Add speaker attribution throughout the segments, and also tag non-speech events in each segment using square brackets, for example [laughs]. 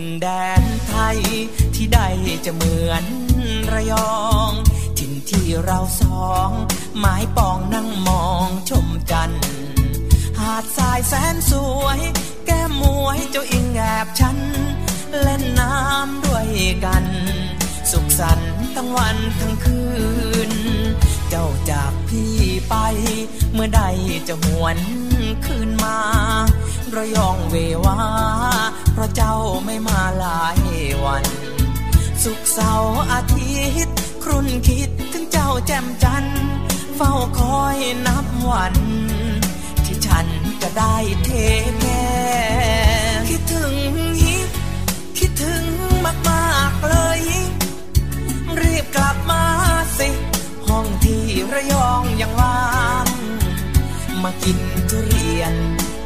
Speaker 1: นไทย ที่ใดจะเหมือนระยองถิ่นที่เราสองไม้ปองนั่งมองชมจันทร์หาดทรายแสนสวย แก้มมวยเจ้าอิงแอบฉัน เล่นน้ำด้วยกัน สุขสันต์ทั้งวันทั้งคืน เจ้าจากพี่ไป เมื่อใดจะหวนคืนมาระยองเววาเพราะเจ้าไม่มาหลายวัน สุขเสาร์อาทิตย์ ครุ่นคิดถึงเจ้าแจ่มจันทร์เฝ้าคอยนับวัน ที่ฉันจะได้เทแค่คิดถึงฮิปคิดถึงมากๆเลย รีบกลับมาสิ ห้องที่ระยองยังว่าง มากินทุเรียน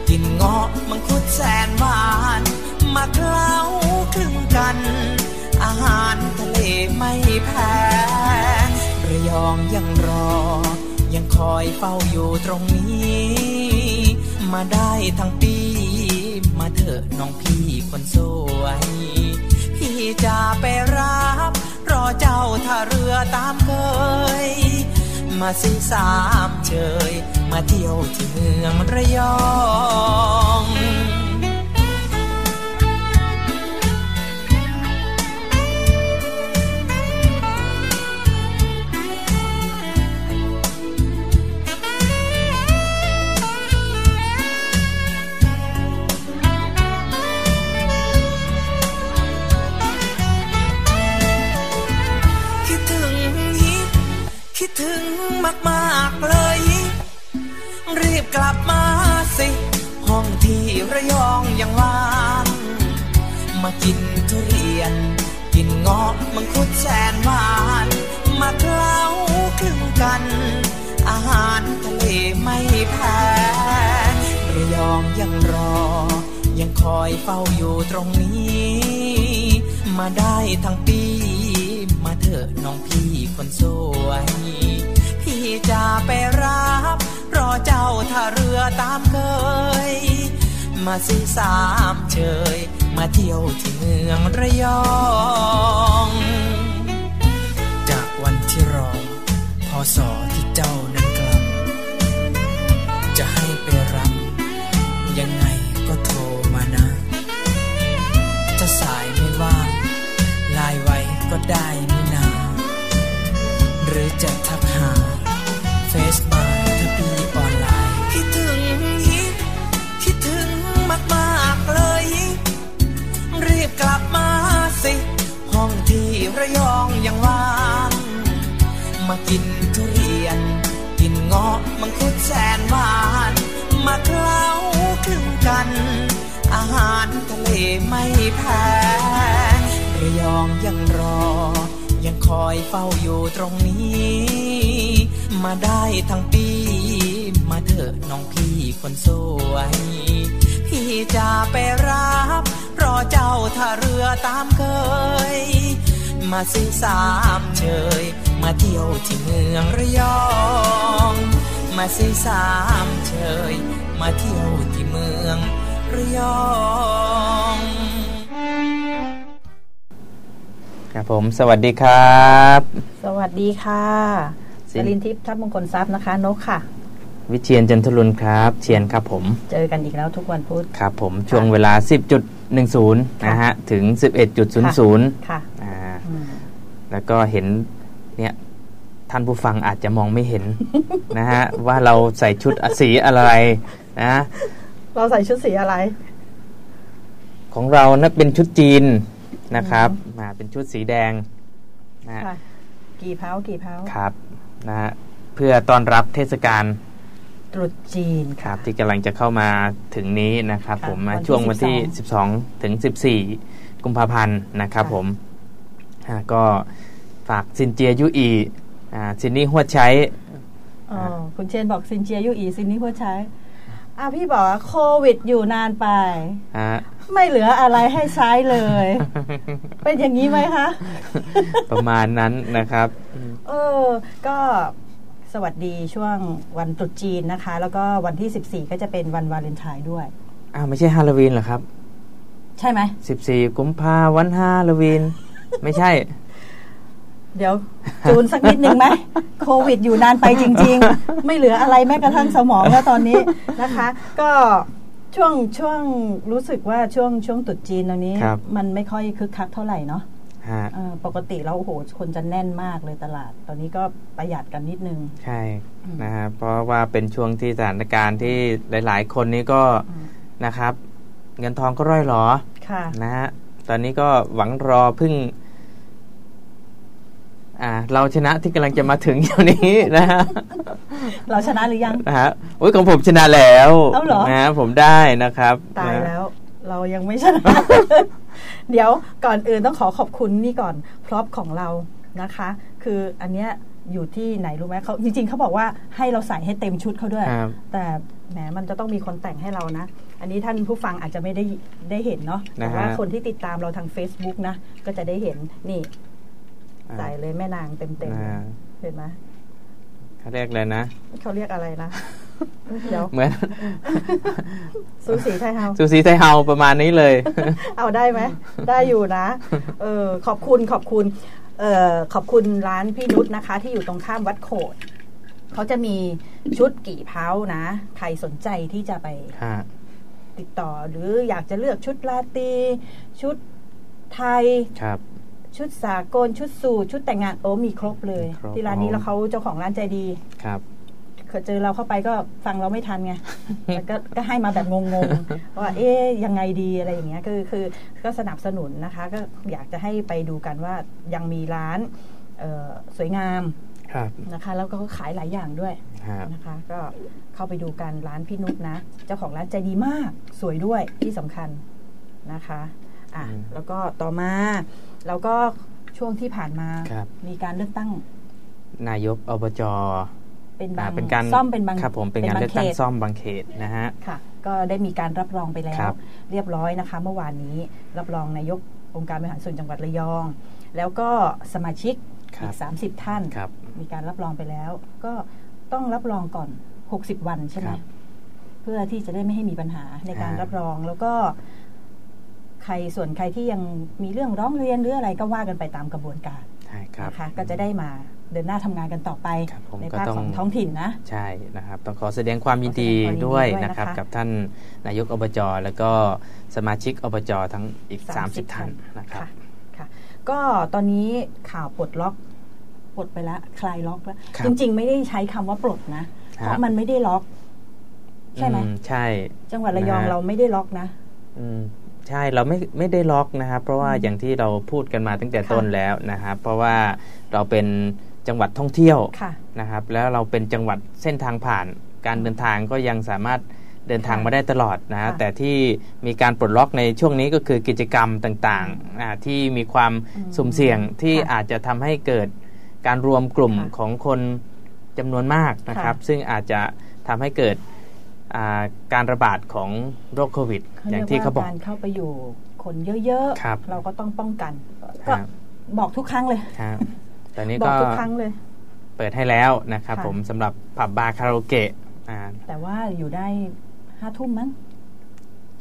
Speaker 1: กินเงาะมังคุดแสนหวาน มาเคล้าคลึงกัน อาหารทะเลไม่แพ้ระยองยังรอ ยังคอยเฝ้าอยู่ตรงนี้ มาได้ทั้งปี มาเถอะน้องพี่คนสวย พี่จะไปรับ รอเจ้าท่าเรือตามเคย มาสิสามเชย มาเที่ยวที่เมืองระยอง คิดถึงฮิปคิดถึงมากๆเลย รีบกลับมาสิ ห้องที่ระยองยังว่าง มากินทุเรียน กินเงาะมังคุดแสนหวาน มาเคล้าคลึงกัน อาหารทะเลไม่แพ้ระยองยังรอ ยังคอยเฝ้าอยู่ตรงนี้ มาได้ทั้งปี มาเถอะน้องพี่คนสวย พี่จะไปรับ รอเจ้าท่าเรือตามเคย มาสิสามเชย มาเที่ยวที่เมืองระยอง จากวันที่รอพอสอที่เจ้านั้นกลับ จะให้ไปรับ ยังไงก็โทรมานะ จะสายไม่ว่างไลายไว้ก็ได้นี่นา หรือจะทักหา เฟซมาถ้าพี่ออนไลน์ คิดถึงฮิปคิดถึงมากๆเลย รีบกลับมาสิ ห้องที่ระยองยังว่าง มากินทุเรียน กินเงาะมังคุดแสนหวาน มาเคล้าคลึงกัน อาหารทะเลไม่แพ้ระยองยังรอ ยังคอยเฝ้าอยู่ตรงนี้ มาได้ทั้งปี มาเถอะน้องพี่คนสวย พี่จะไปรับ รอเจ้าท่าเรือตามเคย มาสิสามเชย มาเที่ยวที่เมืองระยอง มาสิสามเชย มาเที่ยวที่เมืองระยอง
Speaker 2: ครับผมสวัสดีครับ
Speaker 3: สวัสดีค่ะ
Speaker 2: สิ
Speaker 3: สลินทิพย์ทัพมงคลทรัพย์นะคะ นกค่ะ
Speaker 2: วิเชียนจันทรุนครับ เชียนครับผม
Speaker 3: เจอกันอีกแล้วทุกวันพุธ
Speaker 2: ครับผมช่วงเวลา 10.10 นะฮะ ถึง 11.00
Speaker 3: ค่ะ
Speaker 2: อ่า
Speaker 3: อืม
Speaker 2: แล้วก็เห็นเนี่ยท่านผู้ฟังอาจจะมองไม่เห็น [laughs] นะฮะ ว่าเราใส่ชุดสีอะไรนะ
Speaker 3: เราใส่ชุดสีอะไร
Speaker 2: ของเรานะเป็นชุดจีนนะครับมาเป็นชุดสีแดงนะฮะ
Speaker 3: ค่ะ กี่เผากี่เผา
Speaker 2: ครับนะฮะเพื่อต้อนรับเทศกาล
Speaker 3: ตรุษจีน
Speaker 2: ค
Speaker 3: ค่ะ
Speaker 2: รับที่กำลังจะเข้ามาถึงนี้นะครับ
Speaker 3: ค่ะ
Speaker 2: ผม
Speaker 3: วันที่
Speaker 2: ช่วงวันที่
Speaker 3: 12
Speaker 2: 12 ถึง 14 กุมภาพันธ์นะครับ
Speaker 3: ค่ะ
Speaker 2: ผมอ่าก็ฝากซินเจียยุอีอ่าซินนี่หัวใช้
Speaker 3: อ๋อคุณเชนบอกซินเจียยู่อีซินนี่หัวใช้อ่ะพี่บอกว่าโควิดอยู่นานไป
Speaker 2: อ่า [laughs]
Speaker 3: ไม่เหลืออะไรให้ใช้เลย เป็นอย่างนี้ไหมคะ
Speaker 2: ประมาณนั้นนะครับ
Speaker 3: เออ ก็สวัสดีช่วงวันตรุษจีนนะคะ แล้วก็วันที่ 14 ก็จะเป็นวันวาเลนไทน์ด้วย
Speaker 2: อ้าว ไม่ใช่ฮาโลวีนเหรอครับ
Speaker 3: ใช่ไหม
Speaker 2: 14 กุมภาวันฮาโลวีน ไม่ใช่
Speaker 3: เดี๋ยวจูนสักนิดหนึ่ง
Speaker 2: [laughs]
Speaker 3: ไหม โควิดอยู่นานไปจริง ๆ ไม่เหลืออะไรแม้กระทั่งสมองแล้วตอนนี้นะคะ ก็ช่วงช่วงรู้สึกว่าช่วงช่วงตรุษจีนตอนนี้
Speaker 2: ครับ
Speaker 3: มันไม่ค่อยคึกคักเท่าไหร่เนาะ
Speaker 2: ฮะ
Speaker 3: เออปกติแล้วโอ้โหคนจะแน่นมากเลยตลาด ตอนนี้ก็ประหยัดกันนิดนึง
Speaker 2: ใช่
Speaker 3: อืม
Speaker 2: นะฮะเพราะว่าเป็นช่วงที่สถานการณ์ที่หลาย ๆ คนนี้ก็
Speaker 3: อืม
Speaker 2: นะครับ เงินทองก็ร่อยหรอ
Speaker 3: ค่ะ
Speaker 2: นะฮะตอนนี้ก็หวังรอพึ่งอ่าเราชนะที่กำลังจะมาถึงอยู่นี้นะฮะ [laughs]
Speaker 3: เราชนะหรือยัง
Speaker 2: นะฮะโอ้ยของผมชนะแล้ว
Speaker 3: เอาเหรอ
Speaker 2: นะฮะผมได้นะครับ
Speaker 3: ตาย
Speaker 2: นะ
Speaker 3: แล้ว เรายังไม่ชนะ [laughs] เดี๋ยวก่อนอื่นต้องขอขอบคุณนี่ก่อนพร็อพของเรานะคะ คืออันเนี้ยอยู่ที่ไหนรู้ไหมเขาจริง ๆเขาบอกว่าให้เราใส่ให้เต็มชุดเขาด้วย
Speaker 2: ครับ
Speaker 3: แต่แหมมันจะต้องมีคนแต่งให้เรานะ อันนี้ท่านผู้ฟังอาจจะไม่ได้ได้เห็นเนาะแต่ว่า
Speaker 2: นะฮะ
Speaker 3: คนที่ติดตามเราทาง Facebook นะ ก็จะได้เห็นนี่ใส่เลยแม่นางเต็ม
Speaker 2: นะฮะ
Speaker 3: ๆเห็นไหม
Speaker 2: เขาเรียกเลยนะ
Speaker 3: เขาเรียกอะไร
Speaker 2: [laughs]
Speaker 3: นะ เดี๋ยว
Speaker 2: เหมือน [laughs]
Speaker 3: ซูสีไทยเฮา
Speaker 2: ซูซีไทเฮาประมาณนี้เลย [laughs]
Speaker 3: เอาได้ไหม ได้อยู่นะ เออขอบคุณขอบคุณ เออขอบคุณร้านพี่นุชนะคะ ที่อยู่ตรงข้ามวัดโขดเขาจะมีชุดกี่เพ้านะ ใครสนใจที่จะไป
Speaker 2: ฮะ
Speaker 3: ติดต่อ หรืออยากจะเลือกชุดลาตรีชุดไทย
Speaker 2: ครับ
Speaker 3: ชุดสากล ชุดสู่ ชุดแต่งงานโอ้มีครบเลย
Speaker 2: มีครบ
Speaker 3: ที่ร้านนี้แล้วเขาเจ้าของร้านใจดี
Speaker 2: ครับ
Speaker 3: เคยเจอเราเข้าไปก็ฟังเราไม่ทัน
Speaker 2: [laughs]
Speaker 3: ไง แล้วก็ก็ให้มาแบบงงๆ ว่าเอ๊ยยังไงดีอะไรอย่างเงี้ยคือคือก็สนับสนุนนะคะ ก็อยากจะให้ไปดูกันว่ายังมีร้านเอ่อสวยงาม
Speaker 2: ครับ
Speaker 3: นะคะ แล้วก็ขายหลายอย่างด้วย
Speaker 2: ฮะ
Speaker 3: นะคะ ก็เข้าไปดูกันร้านพี่นุชนะ เจ้าของร้านใจดีมากสวยด้วยที่สำคัญนะคะอ่ะแล้วก็ต่อมาแล้วก็ช่วงที่ผ่านมา
Speaker 2: ครับ
Speaker 3: มีการเลือกตั้ง
Speaker 2: นายกอบจ
Speaker 3: เป็น
Speaker 2: อ่า
Speaker 3: บาง
Speaker 2: เป็นการ
Speaker 3: ซ่อมเป็นบาง
Speaker 2: ครับผมเป็นงาน
Speaker 3: บ
Speaker 2: เลือกตั้ง
Speaker 3: ขต
Speaker 2: ซ่อมบางเขตนะฮะ
Speaker 3: ค่ะก็ได้มีการรับรองไปแล้
Speaker 2: คว รับ
Speaker 3: เรียบร้อยนะคะ เมื่อวานนี้รับรองนายกองค์การบริหารส่วนจังหวัดระยอง แล้วก็สมาชิก
Speaker 2: ครับ
Speaker 3: อีก 30 ท่าน
Speaker 2: ครับ
Speaker 3: มีการรับรองไปแล้ว ก็ต้องรับรองก่อน 60 วันใช่ไห
Speaker 2: ค
Speaker 3: ม
Speaker 2: รับ
Speaker 3: เพื่อที่จะได้ไม่ให้มีปัญหาในการ
Speaker 2: อ่ารั
Speaker 3: รับรองแล้วก็ใครส่วนใครที่ยังมีเรื่องร้องเรียนหรืออะไรก็ว่ากันไปตามกระบวนการ
Speaker 2: ใช่ครับ
Speaker 3: นะคะก็จะได้มาเดินหน้าทำงานกันต่อไป
Speaker 2: ครับผม
Speaker 3: ใน
Speaker 2: ก็
Speaker 3: ภาค
Speaker 2: ต้อง
Speaker 3: ของท้องถิ่นนะ
Speaker 2: ใช่นะครับ ต้องขอแสดงความยินดี
Speaker 3: ขอแสดงความยินดี
Speaker 2: ด้วย
Speaker 3: ด้วย
Speaker 2: นะ
Speaker 3: นะ
Speaker 2: ค
Speaker 3: คะ
Speaker 2: รับ กับท่านนายกอบจแล้วก็สมาชิกอบจทั้งอีก 30 ท่านนะครับ
Speaker 3: ค่ะ ก็ตอนนี้ข่าวปลดล็อก ปลดไปแล้วคลายล็อกแล้ว
Speaker 2: ครับ
Speaker 3: จริง ๆ ไม่ได้ใช้คำว่าปลดนะ
Speaker 2: ครับ
Speaker 3: เพราะมันไม่ได้ล็อก ใช่ไหม
Speaker 2: อืใช่
Speaker 3: จังหวัดระยอง
Speaker 2: นะฮะ
Speaker 3: เราไม่ได้ล็อกนะ
Speaker 2: อืมใช่เราไม่ไม่ได้ล็อกนะครับ เพราะว่าอย่างที่เราพูดกันมาตั้งแต่
Speaker 3: ค่ะ
Speaker 2: ต้นแล้วนะครับ เพราะว่าเราเป็นจังหวัดท่องเที่ยว
Speaker 3: ค่ะ
Speaker 2: นะครับ แล้วเราเป็นจังหวัดเส้นทางผ่าน การเดินทางก็ยังสามารถเดินทาง
Speaker 3: ค่ะ
Speaker 2: มาได้ตลอดนะฮะ
Speaker 3: ค่ะ
Speaker 2: แต่ที่มีการปลดล็อกในช่วงนี้ก็คือกิจกรรมต่างๆอ่าที่มีความ
Speaker 3: อืม
Speaker 2: สุ่มเสี่ยงที่
Speaker 3: ค่ะ
Speaker 2: อาจจะทำให้เกิดการรวมกลุ่ม
Speaker 3: ค่ะ
Speaker 2: ของคนจำนวนมากนะครับ
Speaker 3: ค่ะ
Speaker 2: ซึ่งอาจจะทำให้เกิดอ่าการระบาดของโรคโควิด
Speaker 3: า
Speaker 2: อ
Speaker 3: รี
Speaker 2: ย่าง
Speaker 3: ก
Speaker 2: ที่
Speaker 3: ว่
Speaker 2: เขาบอก
Speaker 3: การเข้าไปอยู่คนเยอะ
Speaker 2: ครับ
Speaker 3: ๆ เราก็ต้องป้องกัน
Speaker 2: ค
Speaker 3: ก็
Speaker 2: รับ
Speaker 3: บอกทุกครั้งเลย
Speaker 2: ครับตอนนี้
Speaker 3: บอก
Speaker 2: ก็
Speaker 3: ทุกครั้งเลย
Speaker 2: เปิดให้แล้วนะครับ
Speaker 3: ค่ะ
Speaker 2: ผมสำหรับผับบาร์คาราโอเกะอ่า
Speaker 3: แต่ว่าอยู่ได้ห้าทุ่มมั้ง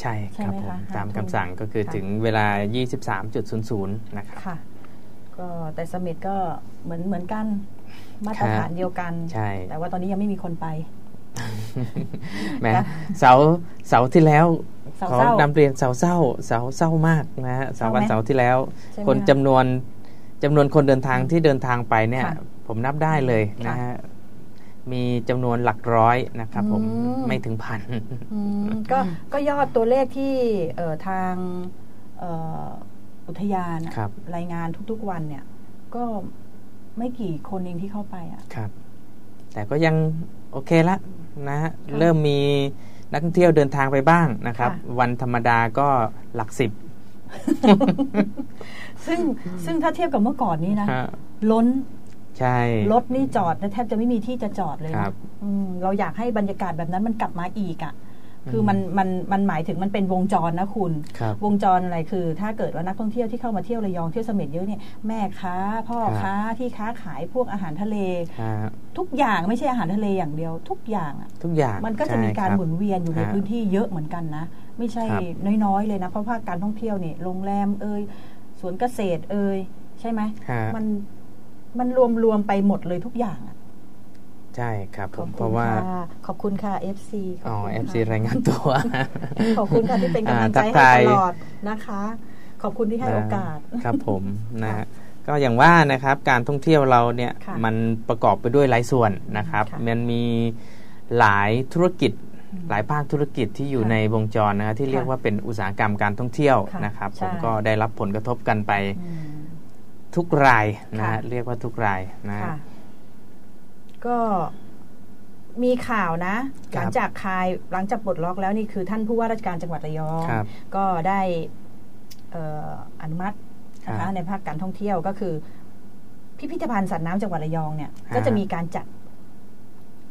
Speaker 2: ใช่
Speaker 3: ใช่
Speaker 2: ครับ
Speaker 3: ไหม
Speaker 2: ผม
Speaker 3: คะ
Speaker 2: ตาม
Speaker 3: ห้าทุ่ม
Speaker 2: คำสั่งก็คือ
Speaker 3: ค่ะ
Speaker 2: ถึงเวลา 23.00 นะครับ
Speaker 3: ค่ะ ก็แต่เสม็ดก็เหมือนเหมือนกัน มาตรฐานเดียวกัน
Speaker 2: ใช่
Speaker 3: แต่ว่าตอนนี้ยังไม่มีคนไป
Speaker 2: แหมเสาร์เสาร์ที่แล้ว
Speaker 3: เสาร์
Speaker 2: ขอ
Speaker 3: เศร้าน
Speaker 2: ำเรียนเสาร์เศร้าเสาร์เศร้ามากนะฮะเสาร์วัน
Speaker 3: เศร้าไหม
Speaker 2: เสาร์ที่แล้ว
Speaker 3: ใช่ไหม
Speaker 2: คนจำนวนจำนวนคนเดินทางที่เดินทางไปเนี่ย
Speaker 3: ค่ะ
Speaker 2: ผมนับได้เลยนะฮะมีจำนวนหลักร้อยนะครับผม
Speaker 3: อืม
Speaker 2: ไม่ถึงพัน [laughs]
Speaker 3: อืมก็ก็ยอดตัวเลขที่เอ่อทางเอ่ออุทยานอะ
Speaker 2: ครับ
Speaker 3: รายงานทุกๆวันเนี่ย ก็ไม่กี่คนเองที่เข้าไปอ่ะ
Speaker 2: ครับ แต่ก็ยังโอเคละนะฮะเริ่มมีนักท่องเที่ยวเดินทางไปบ้างนะครับ
Speaker 3: ค่ะ
Speaker 2: วันธรรมดาก็หลักสิบ
Speaker 3: ซึ่งซึ่งถ้าเทียบกับเมื่อก่อนนี้นะ
Speaker 2: ฮะ
Speaker 3: ล้น
Speaker 2: ใช่
Speaker 3: รถนี่จอดนะแทบจะไม่มีที่จะจอดเลยนะครับ อืมเราอยากให้บรรยากาศแบบนั้นมันกลับมาอีกอ่ะ คืออ
Speaker 2: ม
Speaker 3: มันมันมันหมายถึงมันเป็นวงจรนะคุณ
Speaker 2: ครับ
Speaker 3: วงจรอะไรคือ ถ้าเกิดว่านักท่องเที่ยวที่เข้ามาเที่ยวระยองเที่ยวเสม็ดเยอะเนี่ยแม่ค้าพ่อ
Speaker 2: ครับ
Speaker 3: ค้าที่ค้าขายพวกอาหารทะเล
Speaker 2: ฮะ
Speaker 3: ทุกอย่างไม่ใช่อาหารทะเลอย่างเดียว ทุกอย่างอะ
Speaker 2: ทุกอย่าง
Speaker 3: มันก็จะมีการ
Speaker 2: ใช่คบ
Speaker 3: หมุนเวียนอยู่ใน
Speaker 2: ฮะ
Speaker 3: พื้นที่เยอะเหมือนกันนะ ไม่ใช่
Speaker 2: ครับ
Speaker 3: น้อยๆเลยนะ เพราะว่าการท่องเที่ยวเนี่ยโรงแรมเอ่ยสวนเกษตรเอ่ยใช่ไหม
Speaker 2: ฮะ
Speaker 3: มันมันรวมรวมๆไปหมดเลยทุกอย่างอะ
Speaker 2: ใช่ครับผ
Speaker 3: ขอบ
Speaker 2: ม
Speaker 3: คุณ
Speaker 2: เพราะว่า
Speaker 3: ค่ขอบคุณค่ะ FC ข
Speaker 2: อ๋
Speaker 3: บ
Speaker 2: อ
Speaker 3: คุณ
Speaker 2: เอฟ
Speaker 3: ค่ะ
Speaker 2: ซีรายงานตัว
Speaker 3: ขอบคุณค่ะที่เป็นกำลังใจ
Speaker 2: อ่าทัก
Speaker 3: ให้
Speaker 2: ทาย
Speaker 3: ตลอดนะคะ ขอบคุณที่ให้โอกาส
Speaker 2: อ่ครับผมนะฮะก็อย่างว่านะครับการท่องเที่ยวเราเนี่ย
Speaker 3: ค่ะ
Speaker 2: มันประกอบไปด้วยหลายส่วนนะครับ
Speaker 3: ค่ะ
Speaker 2: มันมีหลายธุรกิจ หลายภาคธุรกิจที่อยู่
Speaker 3: ค่ะ
Speaker 2: ในวงจรนะครับที่เรียก
Speaker 3: ค่ะ
Speaker 2: ว่าเป็นอุตสาหกรรมการท่องเที่ยว
Speaker 3: ค่ะ
Speaker 2: นะครับ
Speaker 3: ใช่
Speaker 2: ผมก็ได้รับผลกระทบกันไป
Speaker 3: อืม
Speaker 2: ทุกรายนะฮะ
Speaker 3: ค่ะ
Speaker 2: เรียกว่าทุกรายนะฮะ
Speaker 3: ค่ะ ก็มีข่าวนะ
Speaker 2: ค
Speaker 3: ห
Speaker 2: รับ
Speaker 3: ลังจากคลายหลังจากปลดล็อกแล้วนี่คือท่านผู้ว่าราชการจังหวัดระยอง
Speaker 2: ครับ
Speaker 3: ก็ได้เอ่ออนุมัติ
Speaker 2: ค
Speaker 3: นะ
Speaker 2: รั
Speaker 3: คะ
Speaker 2: บ
Speaker 3: ในภาคการท่องเที่ยวก็คือ พิพิธภัณฑ์สัตว์น้ำจังหวัดระยองเนี่ย
Speaker 2: ฮะ
Speaker 3: ก็จะมีการจัด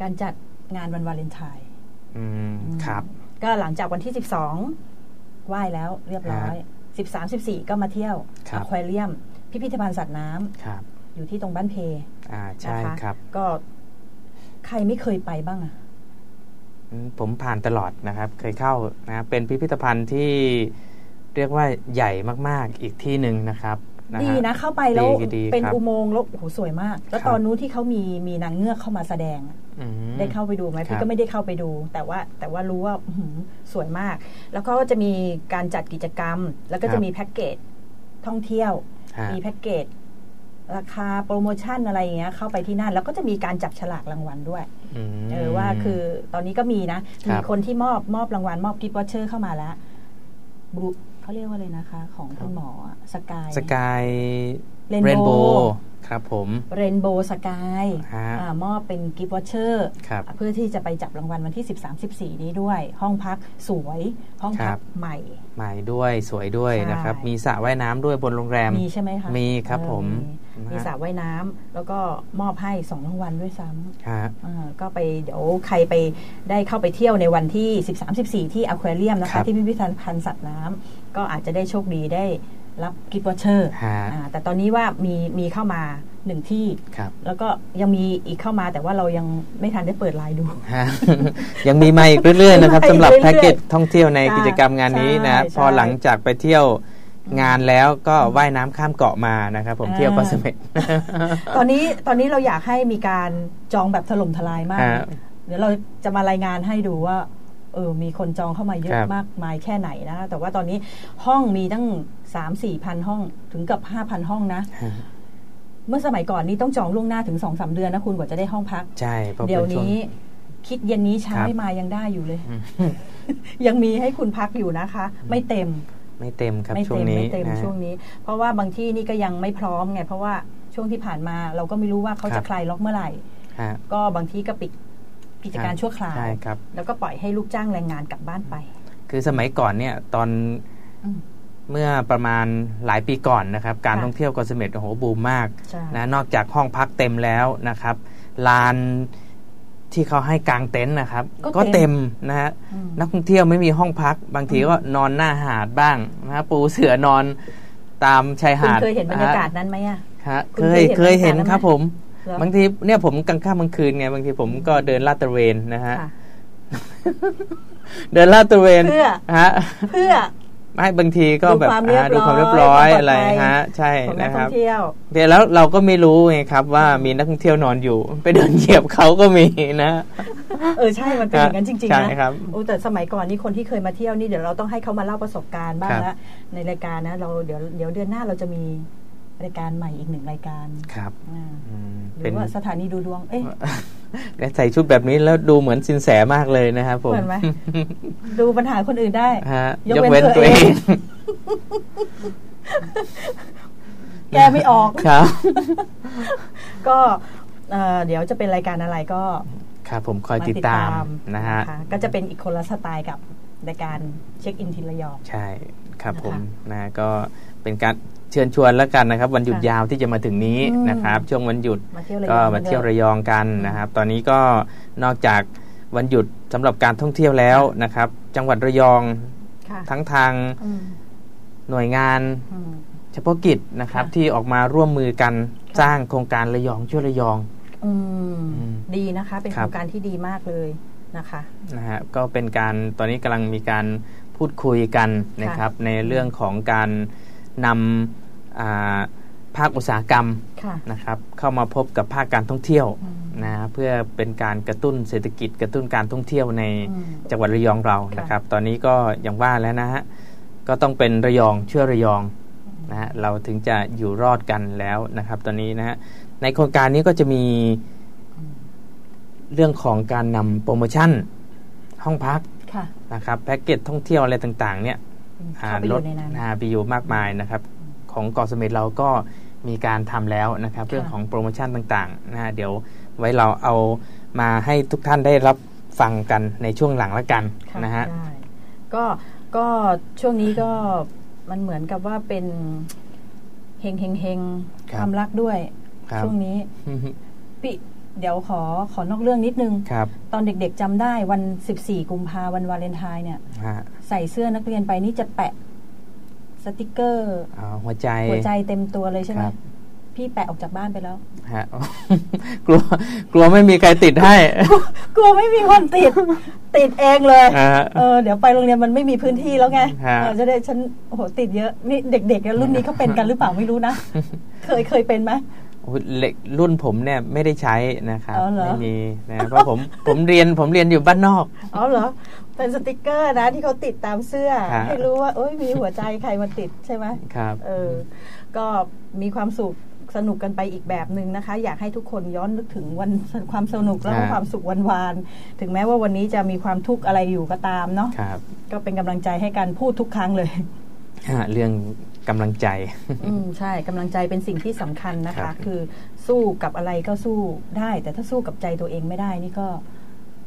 Speaker 3: การจัดงานวันวาเลนไทน์
Speaker 2: อืมครับ
Speaker 3: ก็หลังจากวันที่ 12ไหว้แล้วเรียบร้อย 13 14 ก็มาเที่ยว
Speaker 2: ครั
Speaker 3: อบ ควาเรียม พิพิธภัณฑ์สัตว์น้ำ
Speaker 2: ครับ
Speaker 3: อยู่ที่ตรงบ้านเพ
Speaker 2: อ่าใช่
Speaker 3: นะคะ
Speaker 2: ครับ
Speaker 3: ก็ใครไม่เคยไปบ้างอะ
Speaker 2: อืมผมผ่านตลอดนะครับ เคยเข้านะเป็นพิพิธภัณฑ์ที่เรียกว่าใหญ่มากๆอีกที่หนึ่งนะครับฮ
Speaker 3: ดีนะเข้าไปแล้ว
Speaker 2: ดีดี
Speaker 3: เป็น
Speaker 2: ครับ
Speaker 3: อุโมงค์แล้วโอ้โหสวยมาก แล้ว
Speaker 2: ครับ
Speaker 3: ตอนนู้นที่เขามีมีนางเงือกเข้ามาแสดงอะ
Speaker 2: อืม
Speaker 3: ได้เข้าไปดูไหม
Speaker 2: ครั
Speaker 3: พี่
Speaker 2: บ
Speaker 3: ก็ไม่ได้เข้าไปดู แต่ว่าแต่ว่ารู้ว่าอื้อหือสวยมาก แล้วก็จะมีการจัดกิจกรรม แล้วก็จะมีแพ็กเกจท่องเที่ยว
Speaker 2: ฮะ
Speaker 3: มีแพ็กเกจ ราคาโปรโมชั่นอะไรอย่างเงี้ยเข้าไปที่นั่น แล้วก็จะมีการจับฉลากรางวัลด้วย
Speaker 2: ม
Speaker 3: เออว่าคือตอนนี้ก็มีนะ
Speaker 2: ครั
Speaker 3: มี
Speaker 2: บ
Speaker 3: คนที่มอบมอบรางวัลมอบกิฟต์วอเชอร์เข้ามาแล้วบลูเขาเรียกว่าอะไรนะคะ ของ
Speaker 2: ครับ
Speaker 3: คุณหมออะสกาย
Speaker 2: สกาย
Speaker 3: เรนโบว์
Speaker 2: ครับผม
Speaker 3: เรนโบว์สกาย
Speaker 2: ฮะ
Speaker 3: มอบเป็นกิฟต์วอเชอร์
Speaker 2: ครับ
Speaker 3: เพื่อที่จะไปจับรางวัลวันที่ 13 14 นี้ด้วย ห้องพักสวย ห้องพักใหม่
Speaker 2: ใหม่ด้วยสวยด้วย
Speaker 3: ใช่
Speaker 2: นะครับ มีสระว่ายน้ำด้วยบนโรงแรม
Speaker 3: มีใช่ไหมคะ
Speaker 2: มีครับ
Speaker 3: เออ
Speaker 2: ผม
Speaker 3: มี
Speaker 2: นะ
Speaker 3: สระว่ายน้ำแล้วก็มอบให้สองรางวัลด้วยซ้ำ
Speaker 2: ฮะ
Speaker 3: อ่าก็ไปเดี๋ยวใครไปได้เข้าไปเที่ยวในวันที่ 13-14 ที่อควาเรียมนะ
Speaker 2: ครั
Speaker 3: คะ
Speaker 2: บ
Speaker 3: ที่พิพิธภัณฑ์สัตว์น้ำก็อาจจะได้โชคดีได้รับกิฟต์วอเชอร์
Speaker 2: ฮะ
Speaker 3: แต่ตอนนี้ว่ามีมีเข้ามาหนึ่งที่
Speaker 2: ครับ
Speaker 3: แล้วก็ยังมีอีกเข้ามาแต่ว่าเรายังไม่ทันได้เปิดไลน์ดู [laughs]
Speaker 2: ฮะ [laughs] ยังมีมาอีกเรื่อยๆนะครับ
Speaker 3: มีมาอีก
Speaker 2: สำหรับ
Speaker 3: เรื่อยๆ
Speaker 2: แพ็กเกจท่องเที่ยวใน
Speaker 3: จ้ะ
Speaker 2: กิจกรรมงานนี้นะ
Speaker 3: ใช่
Speaker 2: พอ
Speaker 3: ใช่
Speaker 2: หลังจากไปเที่ยวงานแล้วก็ว่ายน้ำข้ามเกาะมานะครับ ผม
Speaker 3: อ่า
Speaker 2: เที่ยวเกาะเสม็ด
Speaker 3: ตอนนี้ตอนนี้เราอยากให้มีการจองแบบถล่มทลายมาก
Speaker 2: [laughs] ฮะ
Speaker 3: เดี๋ยวเราจะมารายงานให้ดูว่าเออมีคนจองเข้ามาเย
Speaker 2: ครั
Speaker 3: อะ
Speaker 2: บ
Speaker 3: มากมายแค่ไหนนะแต่ว่าตอนนี้ห้องมีตั้ง 3-4พันห้องถึงกับ5,000ห้องนะ เมื่อสมัยก่อนนี่ต้องจองล่วงหน้าถึงสองสามเดือนนะคุณกว่าจะได้ห้องพัก
Speaker 2: ใช่เพราะ
Speaker 3: เดี๋ยว
Speaker 2: ป็ช่ง
Speaker 3: นี้คิดเย็นนี้เช้า
Speaker 2: ครับ
Speaker 3: ให้มายังได้อยู่เลย [laughs] ยังมีให้คุณพักอยู่นะคะ ไม่เต็ม
Speaker 2: ไม่เต็มครับ
Speaker 3: ไม่
Speaker 2: ช่วง
Speaker 3: เต็ม
Speaker 2: นี้
Speaker 3: ไม่เต็ม
Speaker 2: นะ
Speaker 3: ช่วงนี้ เพราะว่าบางที่นี่ก็ยังไม่พร้อมไงเพราะว่าช่วงที่ผ่านมาเราก็ไม่รู้ว่าเขา
Speaker 2: ครั
Speaker 3: จะ
Speaker 2: บ
Speaker 3: คลายล็อกเมื่อไหร่
Speaker 2: ฮะ
Speaker 3: ก็บางที่ก็ปิดกิจการชั่วคราว
Speaker 2: ใช่ครับ
Speaker 3: แล้วก็ปล่อยให้ลูกจ้างแรงงานกลับบ้านไป
Speaker 2: คือสมัยก่อนเนี่ยตอน
Speaker 3: อืม
Speaker 2: เมื่อประมาณหลายปีก่อนนะครับ การ
Speaker 3: ค่ะ
Speaker 2: ท่องเที่ยวเกาะเสม็ดโอ้โหบูมมาก
Speaker 3: ใช่
Speaker 2: นะนอกจากห้องพักเต็มแล้วนะครับลานที่เขาให้กางเต็นท์นะครับ
Speaker 3: ก็เต็ม
Speaker 2: เต็มนะฮะ
Speaker 3: อืม
Speaker 2: นักท่องเที่ยวไม่มีห้องพัก บางทีก็นอนหน้าหาดบ้างนะฮะปูเสือนอนตามชาย
Speaker 3: คุณ
Speaker 2: หาด
Speaker 3: เคยเห็นบรรยากาศนั้นไหมอะ
Speaker 2: ฮะ
Speaker 3: คุณ
Speaker 2: เคยเค
Speaker 3: เค
Speaker 2: ย
Speaker 3: ยเห็
Speaker 2: เห็น
Speaker 3: นบรรยากาศ
Speaker 2: ครับผม
Speaker 3: เหรอ
Speaker 2: บางทีเนี่ยผมกลางค่ำกลางคืนไงบางทีผมก็เดินลาดตระเวนนะฮะ
Speaker 3: ค่ะ
Speaker 2: เดินลาดตระเวน
Speaker 3: เพื่อ
Speaker 2: ฮะ
Speaker 3: เพื่อ
Speaker 2: ไม่บางทีก็แบบ
Speaker 3: ดูความเรียบ
Speaker 2: อ่าดูความเรียบร้อย
Speaker 3: ร้อย
Speaker 2: อะไร
Speaker 3: ความปลอดภัย
Speaker 2: ฮะ ใช่
Speaker 3: ของนั
Speaker 2: นะ
Speaker 3: ก
Speaker 2: ค
Speaker 3: ท่อ
Speaker 2: รับ
Speaker 3: งเที่ยว
Speaker 2: เดี๋ยวแล้วเราก็ไม่รู้ไงครับว่ามีนักท่องเที่ยวนอนอยู่ ไปเดินเหยียบเขาก็มีนะ
Speaker 3: เออใช่ มันเป็นอย่างนั้นจริง ๆ
Speaker 2: ใช่
Speaker 3: นะ
Speaker 2: ครับ
Speaker 3: โอ้แต่สมัยก่อนนี่คนที่เคยมาเที่ยวนี่เดี๋ยวเราต้องให้เขามาเล่าประสบการณ์บ้าง
Speaker 2: ครับ
Speaker 3: ละในรายการนะเราเดี๋ยวเดี๋ยวเดือนหน้าเราจะมีรายการใหม่อีกหนึ่งรายการ
Speaker 2: ครับ
Speaker 3: อ่า
Speaker 2: อืม
Speaker 3: ห
Speaker 2: เป็
Speaker 3: รื
Speaker 2: น
Speaker 3: อว่าสถานีดูดวง เอ๊ะ
Speaker 2: ใส่ชุดแบบนี้แล้วดูเหมือนสินแสมากเลยนะครับผม
Speaker 3: เห
Speaker 2: [laughs]
Speaker 3: มือนไหม ดูปัญหาคนอื่นได้
Speaker 2: ฮะ
Speaker 3: ยกเว้นตัวเอง แกไม่ออก
Speaker 2: ครับ
Speaker 3: ก็เอ่อเดี๋ยวจะเป็นรายการอะไรก็
Speaker 2: ครับผมคอยติดตามนะฮะ
Speaker 3: คก็จะเป็นอีกคนละสไตล์กับรายการเช็คอินทินระยอง
Speaker 2: ใช่ครับ
Speaker 3: นะคะ
Speaker 2: ผมนะก็เป็นการเชิญชวนแล้วกันนะครับ วันหยุด
Speaker 3: ค่ะ
Speaker 2: ยาวที่จะมาถึงนี้
Speaker 3: อืม
Speaker 2: นะครับ ช่วงวันหยุด
Speaker 3: มาเที่ยวระยอง
Speaker 2: ก็มาเที่ยวระยองกันนะครับ ตอนนี้ก็นอกจากวันหยุดสำหรับการท่องเที่ยวแล้วนะครับ จังหวัดระยอง
Speaker 3: ค่ะ
Speaker 2: ทั้งทาง
Speaker 3: อืม
Speaker 2: หน่วยงาน
Speaker 3: อืม
Speaker 2: เฉพาะกิจนะครับ
Speaker 3: ค่ะ
Speaker 2: ที่ออกมาร่วมมือกัน
Speaker 3: ค่ะ
Speaker 2: สร้างโครงการระยองช่วยระยอง
Speaker 3: อืม
Speaker 2: อืม
Speaker 3: ดีนะคะ เป็น
Speaker 2: ค
Speaker 3: โครับ รงการที่ดีมากเลยนะคะ
Speaker 2: นะฮะก็เป็นการตอนนี้กำลังมีการ พูดคุยกันนะครับ ในเรื่องของการนำอ่าภาคอุตสาหกรรม
Speaker 3: ค่ะ
Speaker 2: นะครับ เข้ามาพบกับภาคการท่องเที่ยว
Speaker 3: อืม
Speaker 2: นะเพื่อเป็นการกระตุ้นเศรษฐกิจ กระตุ้นการท่องเที่ยวใน
Speaker 3: อืม
Speaker 2: จังหวัดระยองเรา
Speaker 3: ค่ะ
Speaker 2: นะครับ ตอนนี้ก็อย่างว่าแล้วนะฮะ ก็ต้องเป็นระยองเชื่อระยองนะฮะ เราถึงจะอยู่รอดกันแล้วนะครับ ตอนนี้นะฮะ ในโครงการนี้ก็จะมีเรื่องของการนำโปรโมชั่น ห้องพัก
Speaker 3: ค่ะ
Speaker 2: นะครับ แพ็กเกจท่องเที่ยวอะไรต่างๆ เนี่ยอ่า
Speaker 3: เข้าไปอ
Speaker 2: ลด
Speaker 3: ยู่ในนั้น
Speaker 2: อ่าไปอยู่มากมายนะครับ ของเกาะเสม็ดเราก็มีการทำแล้วนะครับ เรื่องของโปรโมชั่นต่างๆนะฮะเดี๋ยวไว้เราเอามาให้ทุกท่านได้รับฟังกันในช่วงหลังละกัน
Speaker 3: ค่
Speaker 2: นะฮะ
Speaker 3: ได้ก็ก็ช่วงนี้ก็มันเหมือนกับว่าเป็นเฮงเฮงเฮง
Speaker 2: ครับ
Speaker 3: ความรักด้วย
Speaker 2: ครับ
Speaker 3: ช่วงนี้ปิเดี๋ยวขอขอนอกเรื่องนิดนึง
Speaker 2: ครับ
Speaker 3: ตอนเด็กๆจำได้วัน 14 กุมภาวันวาเลนไทน์เนี่ย
Speaker 2: ฮะ
Speaker 3: ใส่เสื้อนักเรียนไปนี่จะแปะสติกเกอร์
Speaker 2: เอาหัวใจ
Speaker 3: หัวใจเต็มตัวเลยใช่ไหม
Speaker 2: ครับ
Speaker 3: พี่แปะออกจากบ้านไปแล้ว
Speaker 2: ฮะ [laughs] กลัวกลัวไม่มีใครติด
Speaker 3: [laughs]
Speaker 2: ให้
Speaker 3: กลัวไม่มีคนติด [laughs] ติดเอง
Speaker 2: [laughs]
Speaker 3: เลย
Speaker 2: อ่า
Speaker 3: เออเดี๋ยวไปโรงเรียนมันไม่มีพื้นที่แล้วไง
Speaker 2: ฮะ
Speaker 3: เออจะได้ฉันโอ้โหติดเยอะนี่เด็กๆเนี่ยรุ่นนี้เขาเป็นกันหรือเปล่าไม่รู้นะ [laughs] เคยเคยเป็นไหม
Speaker 2: โอ้ยเหล็กรุ่นผมเนี่ยไม่ได้ใช้นะครับ
Speaker 3: อ๋อเหรอ
Speaker 2: ไม่มีนะเพราะผม ผมเรียนผมเรียนอยู่บ้านนอก
Speaker 3: อ๋อเหรอ เป็นสติกเกอร์นะที่เขาติดตามเสื้อ
Speaker 2: ฮะ
Speaker 3: ให้รู้ว่าเอ้ยมีหัวใจใครมาติดใช่ไหม
Speaker 2: ครับ
Speaker 3: เออ ก็มีความสุขสนุกกันไปอีกแบบหนึ่งนะคะ อยากให้ทุกคนย้อนนึกถึงวัน [laughs] ความสนุกแล้วก็
Speaker 2: ครับ
Speaker 3: ความสุขวันวานๆถึงแม้ว่าวันนี้จะมีความทุกข์อะไรอยู่ก็ตามเนาะ
Speaker 2: ครับ
Speaker 3: ก็เป็นกำลังใจให้กันพูดทุกครั้งเลย
Speaker 2: ฮะเรื่องกำลังใจ [laughs]
Speaker 3: อืมใช่กำลังใจเป็นสิ่งที่สำคัญนะ
Speaker 2: ครั
Speaker 3: คะ
Speaker 2: บ
Speaker 3: คือสู้กับอะไรก็สู้ได้ แต่ถ้าสู้กับใจตัวเองไม่ได้นี่ก็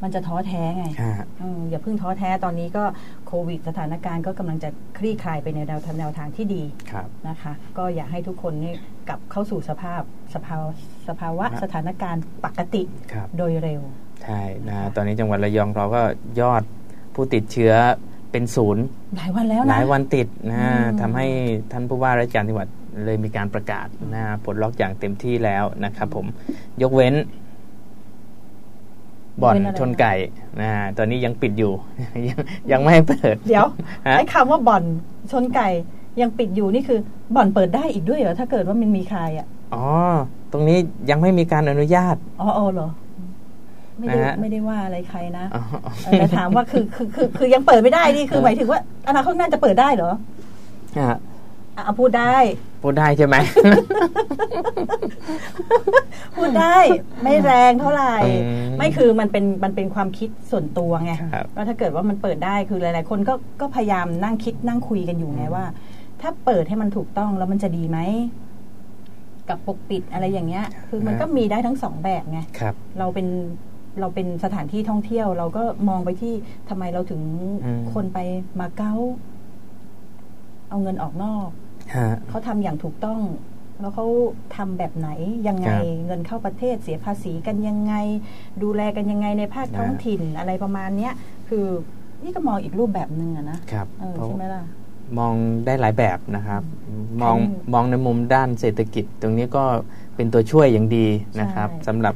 Speaker 3: มันจะท้อแท้ไง
Speaker 2: ฮะ
Speaker 3: อืมอย่าเพิ่งท้อแท้ตอนนี้ก็โควิด สถานการณ์ก็กำลังจะคลี่คลายไปในแนวทางแนวทางที่ดี
Speaker 2: ครับ
Speaker 3: นะคะก็อยากให้ทุกคนนี่กลับเข้าสู่สภาพสภาวะสภาวะ
Speaker 2: ครับ
Speaker 3: สถานการณ์ปกติ
Speaker 2: ครับ
Speaker 3: โดยเร็ว
Speaker 2: ใช่นะ
Speaker 3: ค่ะ
Speaker 2: ตอนนี้จังหวัดระยองเราก็ยอดผู้ติดเชื้อเป็นศูนย์
Speaker 3: หลายวันแล้ว
Speaker 2: ห
Speaker 3: นะ
Speaker 2: ลายวันติดนะ
Speaker 3: อืม
Speaker 2: ทำให้ท่านผู้ว่าราชการจังหวัดเลยมีการประกาศนะปลดล็อกอย่างเต็มที่แล้วนะครับผมยกเว้น บ่อนชนไก่นะตอนนี้ยังปิดอยู่ [laughs] ยังยังไม่ให้เปิด
Speaker 3: เดี๋ยว
Speaker 2: ฮะ
Speaker 3: ไอ้คำว่าบ่อนชนไก่ยังปิดอยู่นี่คือบ่อนเปิดได้อีกด้วยเหรอถ้าเกิดว่ามันมีใครอ่ะ
Speaker 2: อ๋อ ตรงนี้ยังไม่มีการอนุญาต
Speaker 3: อ๋อเออเหรอไม่ได้
Speaker 2: นะฮะ
Speaker 3: ไม่ได้ว่าอะไรใครนะ
Speaker 2: อ๋อ
Speaker 3: เออแต่
Speaker 2: [laughs]
Speaker 3: ถามว่าคือคือคือคือยังเปิดไม่ได้นี่คือหมายถึงว่าอนาคตน่าจะเปิดได้เหรอ
Speaker 2: ฮะ
Speaker 3: อ่ะพูดได้
Speaker 2: พูดได้ใช่ไหม
Speaker 3: พูดได้ไม่แรงเท่าไหร่
Speaker 2: อืม
Speaker 3: ไม่คือมันเป็นมันเป็นความคิดส่วนตัวไง
Speaker 2: ครับ
Speaker 3: ว่าถ้าเกิดว่ามันเปิดได้คือหลาย ๆ คนก็ก็พยายามนั่งคิดนั่งคุยกันอยู่ไงว่า ถ้าเปิดให้มันถูกต้องแล้วมันจะดีไหมกับปกปิดอะไรอย่างเงี้ย คือมัน
Speaker 2: นะ
Speaker 3: ก็มีได้ทั้งสองแบบไง
Speaker 2: ครับ
Speaker 3: เราเป็นเราเป็นสถานที่ท่องเที่ยว เราก็มองไปที่ทำไมเราถึง
Speaker 2: อืม
Speaker 3: คนไปมาเก๊าเอาเงินออกนอก
Speaker 2: ฮะ
Speaker 3: เขาทำอย่างถูกต้อง แล้วเขาทำแบบไหน ยังไง
Speaker 2: ครับ
Speaker 3: เงินเข้าประเทศเสียภาษีกันยังไง ดูแลกันยังไงในภาค
Speaker 2: นะ
Speaker 3: ท้องถิ่นอะไรประมาณเนี้ยคือนี่ก็มองอีกรูปแบบหนึ่งอะนะครับ เออ
Speaker 2: เพราะ
Speaker 3: ใช่ไหมล่ะ
Speaker 2: มองได้หลายแบบนะครับ มอง
Speaker 3: อืม
Speaker 2: มองในมุมด้านเศรษฐกิจ ตรงนี้ก็เป็นตัวช่วยอย่างดีนะครับ
Speaker 3: ใช่
Speaker 2: สำหรับ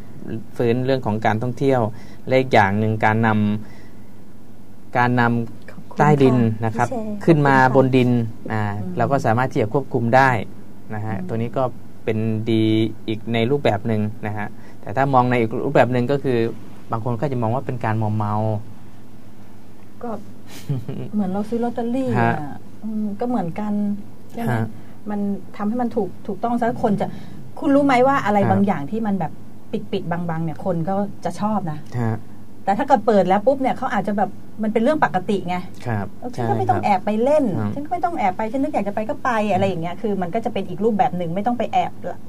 Speaker 2: ฟื้นเรื่องของการท่องเที่ยวและอีกอย่างหนึ่งการนำการนำ
Speaker 3: ขอบคุณ
Speaker 2: ใต้ดิน
Speaker 3: ค่ะ
Speaker 2: นะครับ
Speaker 3: พี่เชษ
Speaker 2: ขึ้นมา
Speaker 3: ขอบ คุ
Speaker 2: น
Speaker 3: ณค่ะ
Speaker 2: ดินอ่า
Speaker 3: อืม
Speaker 2: เราก็สามารถที่จะควบคุมได้นะฮะ
Speaker 3: อืม
Speaker 2: ตัวนี้ก็เป็นดีอีกในรูปแบบหนึ่งนะฮะแต่ถ้ามองในอีกรูปแบบหนึ่งก็คือ บางคนก็จะมองว่าเป็นการมอมเมา
Speaker 3: ก็ [laughs] เหมือนเราซื้อลอตเตอรี่
Speaker 2: ฮะ
Speaker 3: อะอืมก็เหมือนกันใช่ไหม
Speaker 2: ฮะ
Speaker 3: มันทำให้มันถูกถูกต้องซะคนจะ คุณรู้ไหมว่าอะไร
Speaker 2: ครับ
Speaker 3: บางอย่างที่มันแบบปิดปิดๆบังๆเนี่ยคนก็จะชอบนะ
Speaker 2: ฮะ
Speaker 3: แต่ถ้าเกิดเปิดแล้วปุ๊บเนี่ยเขาอาจจะแบบมันเป็นเรื่องปกติไง
Speaker 2: ครับ
Speaker 3: ฉัน
Speaker 2: ใช่
Speaker 3: ก็ไม่ต้อ
Speaker 2: ค
Speaker 3: ง
Speaker 2: รับ
Speaker 3: แอบไปเล่น
Speaker 2: ครับ
Speaker 3: ฉันก็ไม่ต้องแอบไป ฉันนึกอยากจะไปก็ไปอะไรอย่างเงี้ย คือมันก็จะเป็นอีกรูปแบบหนึ่งไม่ต้องไปแอบละ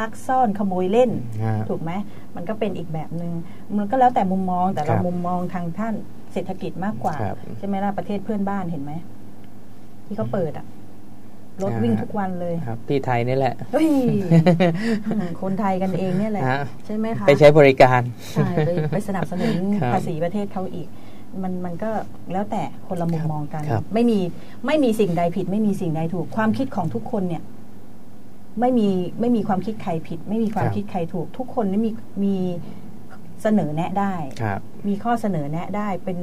Speaker 3: ลักซ่อนขโมยเล่น
Speaker 2: ฮะ
Speaker 3: ถูกไหม มันก็เป็นอีกแบบหนึง่งมันก็แล้วแต่มุมมอง แต่
Speaker 2: ครั
Speaker 3: เรา
Speaker 2: บ
Speaker 3: มุมมองทางท่านเศรษฐกิจมากกว่า
Speaker 2: ครับ
Speaker 3: ใช่ไหมล่ะ ประเทศเพื่อนบ้านเห็นไหม ที่เขาเปิดอะรถวิ่ง
Speaker 2: ฮะ
Speaker 3: ทุกวันเลย
Speaker 2: ครับพี่ไทยนี่แหละ
Speaker 3: เฮ้ย [laughs] อืมคนไทยกันเองเนี่ยแหละ
Speaker 2: ฮะ
Speaker 3: ใช่ไหมคะ
Speaker 2: ไปใช้บริการ
Speaker 3: ใช่ไปไปสนับสนุน
Speaker 2: ครับ
Speaker 3: ภาษีประเทศเขาอีก มันมันก็แล้วแต่คนละมุมมองกัน
Speaker 2: ครับ
Speaker 3: ไม่มีไม่มีสิ่งใดผิด ไม่มีสิ่งใดถูก ความคิดของทุกคนเนี่ย ไม่มีไม่มีความคิดใครผิด ไม่มีความ
Speaker 2: ครับ
Speaker 3: คิดใครถูก ทุกคนนี่มีมีเสนอแนะได้
Speaker 2: ครับ
Speaker 3: มีข้อเสนอแนะได้เป็น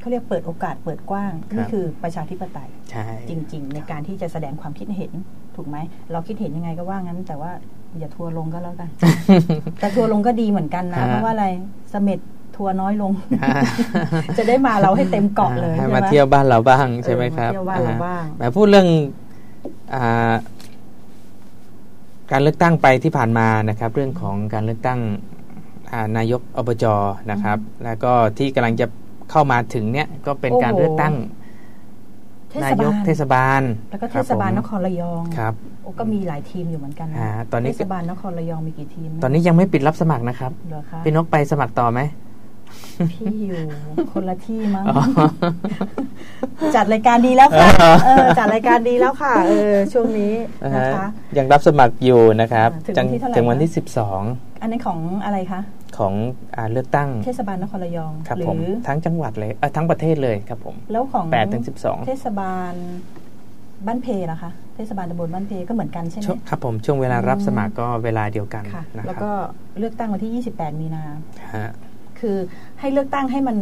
Speaker 3: เขาเรียกเปิดโอกาสเปิดกว้าง
Speaker 2: ครับ
Speaker 3: นี่คือประชาธิปไตย
Speaker 2: ใช่
Speaker 3: จริง ๆ ในการที่จะแสดงความคิดเห็นถูกไหม เราคิดเห็นยังไงก็ว่างั้น แต่ว่าอย่าทัวร์ลงก็แล้วกัน
Speaker 2: [laughs]
Speaker 3: แต่ทัวร์ลงก็ดีเหมือนกันนะ เพราะว่าอะไรเสม็ดทัวร์น้อยล
Speaker 2: [laughs]
Speaker 3: ง [laughs] จะได้มาเราให้เต็มเกาะเลย
Speaker 2: ให้
Speaker 3: ใช่ไหม
Speaker 2: มาเที่ยวบ้านเราบ้างใช่ไหม
Speaker 3: เออ
Speaker 2: ครับ
Speaker 3: มาเที่ยวบ้านเราบ้าง
Speaker 2: อ่แหมพูดเรื่องอ่าการเลือกตั้งไปที่ผ่านมานะครับ เรื่องของการเลือกตั้งอ่านายกอบจนะครับ แล้วก็ที่กำลังจะเข้ามาถึงเนี่ย ก็เป็นการเลือกตั้ง
Speaker 3: เท
Speaker 2: นา
Speaker 3: ศ
Speaker 2: ย
Speaker 3: บาก ล
Speaker 2: เทศบาล
Speaker 3: แล้วก็เท
Speaker 2: รับ
Speaker 3: ศบาล
Speaker 2: ผม
Speaker 3: นครระยอง
Speaker 2: ครับ
Speaker 3: โอ้ก็มีหลายทีมอยู่เหมือนกันนะ
Speaker 2: อ่าตอนนี้
Speaker 3: เทศบาลนครระยองมีกี่ทีมะ
Speaker 2: ตอนนี้ยังไม่ปิดรับสมัครนะครับ
Speaker 3: เหรอคะ
Speaker 2: พี่นกไปสมัครต่อไหม
Speaker 3: พี่อยู่คนละที่มั้ง
Speaker 2: อ๋อ
Speaker 3: จัดรายการดีแล้วค่ะ
Speaker 2: อ่า
Speaker 3: เออจัดรายการดีแล้วค่ะเออช่วงนี้
Speaker 2: นะ
Speaker 3: นะ
Speaker 2: ฮะ
Speaker 3: คะ
Speaker 2: ยังรับสมัครอยู่นะครับ
Speaker 3: ถึง
Speaker 2: จั
Speaker 3: ที่เท่าไหร่
Speaker 2: ถึงวัน
Speaker 3: นะ
Speaker 2: ที่
Speaker 3: อันนี้นของอะไรคะ
Speaker 2: 12 ของอาเลือกตั้ง
Speaker 3: เทศบาลนครระยอง
Speaker 2: ครับ
Speaker 3: หรื
Speaker 2: ผมทั้งจังหวัดเลยเอ่อทั้งประเทศเลยครับผม
Speaker 3: แล้วของ
Speaker 2: 8ถึง12
Speaker 3: เทศบาลบ้านเพล่ะคะเทศบาลตำบลบ้านเพก็เหมือนกันใช่ไหม
Speaker 2: ช่วงครับผมช่วงเวลารับสมัครก็เวลาเดียวกัน
Speaker 3: ค่ะ
Speaker 2: นะ
Speaker 3: แล้ว
Speaker 2: ครับ
Speaker 3: ก็เลือกตั้งวันที่ 28 มีนา
Speaker 2: ฮะ
Speaker 3: คือให้เลือกตั้งให้มัน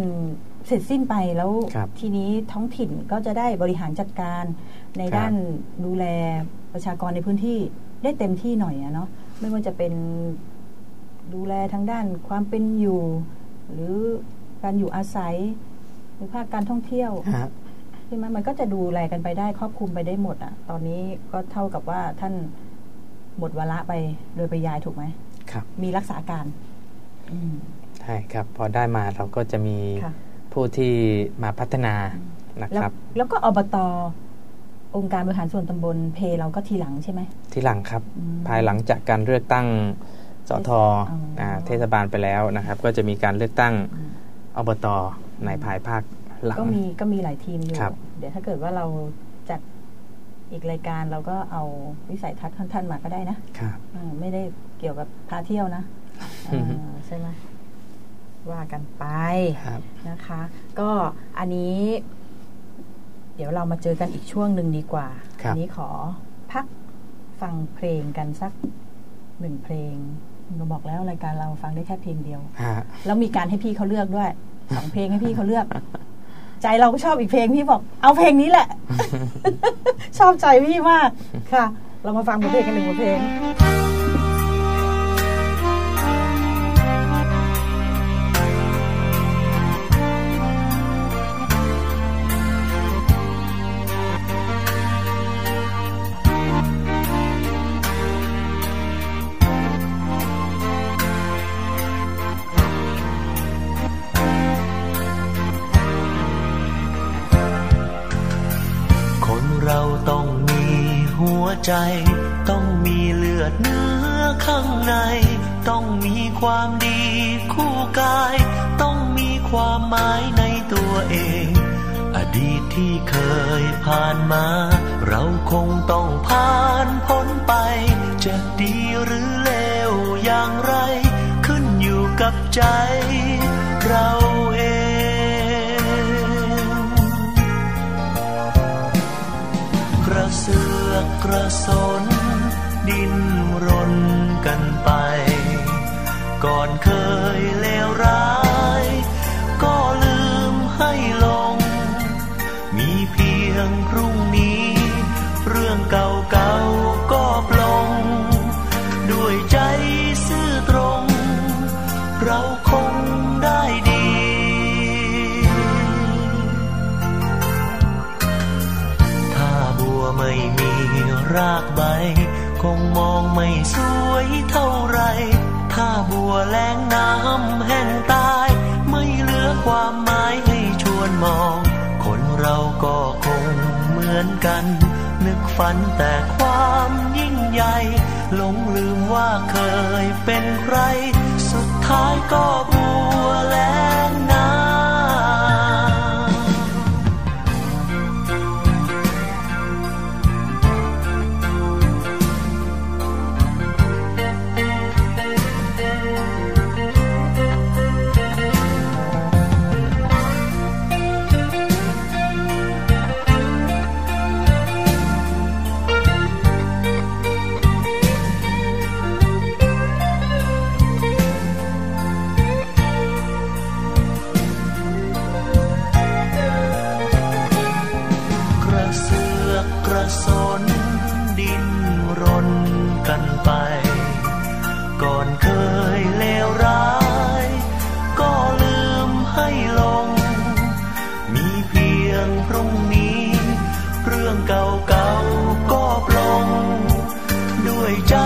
Speaker 3: เสร็จสิ้นไปแล้ว
Speaker 2: ครับ
Speaker 3: ทีนี้ท้องถิ่นก็จะได้บริหารจัดการใน
Speaker 2: ครับ
Speaker 3: ด้านดูแลประชากรในพื้นที่ได้เต็มที่หน่อยอะเนาะไม่ว่าจะเป็นดูแลทางด้านความเป็นอยู่ หรือการอยู่อาศัย หรือภาคการท่องเที่ยว
Speaker 2: ฮะ
Speaker 3: ใช่ไหมมันก็จะดูแลกันไปได้ครอบคลุมไปได้หมดอ่ะ ตอนนี้ก็เท่ากับว่าท่านหมดวาระไปโดยปริยายถูกไหม
Speaker 2: ครับ
Speaker 3: มีรักษาการอืม
Speaker 2: ใช่ครับ พอได้มาเราก็จะมี
Speaker 3: ค่ะ
Speaker 2: ผู้ที่มาพัฒนานะ
Speaker 3: แล้ว
Speaker 2: ครับ
Speaker 3: แล้วก็อบตองค์การบริหารส่วนตำบลเพเราก็ทีหลังใช่ไหม
Speaker 2: ทีหลังครับ
Speaker 3: อืม
Speaker 2: ภายหลังจากการเลือกตั้งสทอ
Speaker 3: อ๋ออ่
Speaker 2: าเทศบาลไปแล้วนะครับ ก็จะมีการเลือกตั้งอบตในภายภาคหลัง
Speaker 3: ก็มีก็มีหลายทีมอยู่
Speaker 2: ครับ
Speaker 3: เดี๋ยวถ้าเกิดว่าเราจัดอีกรายการเราก็เอาวิสัยทัศน์ท่านท่านมาก็ได้นะครับ เออไม่ได้เกี่ยวกับพาเที่ยวนะเอ
Speaker 2: [laughs]
Speaker 3: อใช่ไหมว่ากันไป
Speaker 2: ครับ
Speaker 3: นะคะ ก็อันนี้ เดี๋ยวเรามาเจอกันอีกช่วงหนึ่งดีกว่า
Speaker 2: ครั
Speaker 3: อั
Speaker 2: บ
Speaker 3: นี้ขอพักฟังเพลงกันสักหนึ่งเพลงเราบอกแล้วรายการเราฟังได้แค่เพลง
Speaker 2: [laughs]
Speaker 3: เดียว
Speaker 2: ฮะ
Speaker 3: แล้วมีการให้พี่เขาเลือก
Speaker 2: [laughs]
Speaker 3: ด้วยสองเพลงให้พี่เขาเลือก [laughs] ใจเราก็ชอบอีกเพลงพี่บอก เอาเพลงนี้แหละ
Speaker 2: [laughs]
Speaker 3: ชอบใจพี่มากค่ะ เรามาฟังบทเพลงกันหนึ่งบทเพลง
Speaker 1: คนเราต้องมีหัวใจ ต้องมีเลือดเนื้อข้างใน ต้องมีความดีคู่กาย ต้องมีความหมายในตัวเอง อดีตที่เคยผ่านมา เราคงต้องผ่านพ้นไป จะดีหรือเลวอย่างไร ขึ้นอยู่กับใจเราเอง กระเสือกกระสน ดินรนกันไป ก่อนเคยเลวร้าย ก็ลืมให้ลง มีเพียงพรุ่งนี้ เรื่องเก่าเก่าๆก็ปลง ด้วยใจซื่อตรง เราคงได้ดี ถ้าบัวไม่มีรากใบ คงมองไม่สวยเท่าไหรถ้าบัวแล้งน้ำแห้งตาย ไม่เหลือความหมายให้ชวนมอง คนเราก็คงเหมือนกัน นึกฝันแต่ความยิ่งใหญ่หลงลืมว่าเคยเป็นใคร สุดท้ายก็บัวแล้งน้ำ
Speaker 4: เ
Speaker 1: กันไป ก่อนเคยเลวร้าย ก็ลืมให้ลง มีเพียงพรุ่งนี้ เรื่องเก่าๆก็ปลง ด้วยใจ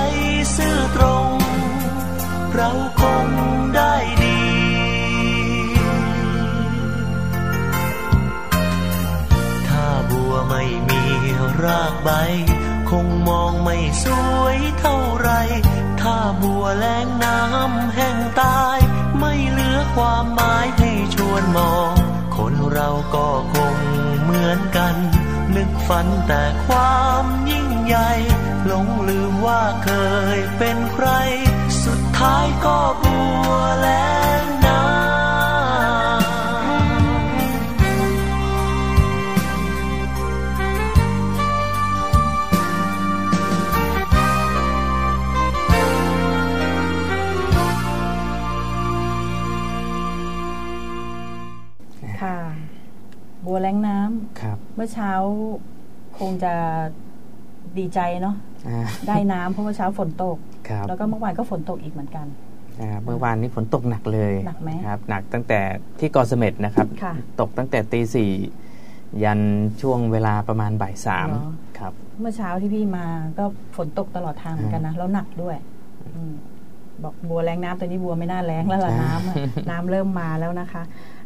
Speaker 1: ซื่อตรง เราคงได้ดี ถ้าบัวไม่มีรากใบ คงมองไม่สวยเท่าไร ถ้าบัวแล้งน้ำแห้งตาย ไม่เหลือความหมายให้ชวนมอง คนเราก็คงเหมือนกัน นึกฝันแต่ความยิ่งใหญ่หลงลืมว่าเคยเป็นใคร สุดท้ายก็บัวแล้งน้ำ
Speaker 3: ค่ะ บัวแรงน้ำ
Speaker 2: ครับ
Speaker 3: เมื่อเช้าคงจะดีใจเนาะ
Speaker 2: อ่า
Speaker 3: ได้น้ำเพราะเมื่อเช้าฝนตก
Speaker 2: ครับ
Speaker 3: แล้วก็เมื่อวานก็ฝนตกอีกเหมือนกัน
Speaker 2: อ่าเมื่อวานนี้ฝนตกหนักเลย
Speaker 3: หนักไหม
Speaker 2: ครับหนักตั้งแต่ที่เกอเสม็ดนะครับ
Speaker 3: ค่ะ
Speaker 2: ตกตั้งแต่ตีสี่ยันช่วงเวลาประมาณบ่ายสาม
Speaker 3: เหรอ
Speaker 2: ครับ
Speaker 3: เมื่อเช้าที่พี่มาก็ฝนตกตลอดทางเหมือนกันนะแล้วหนักด้วยอืมบอกบัวแรงน้ำตัวนี้บัวไม่น่าแรงแล้วล่ะ
Speaker 2: [laughs]
Speaker 3: น้ำอะ น้ำเริ่มมาแล้วนะคะ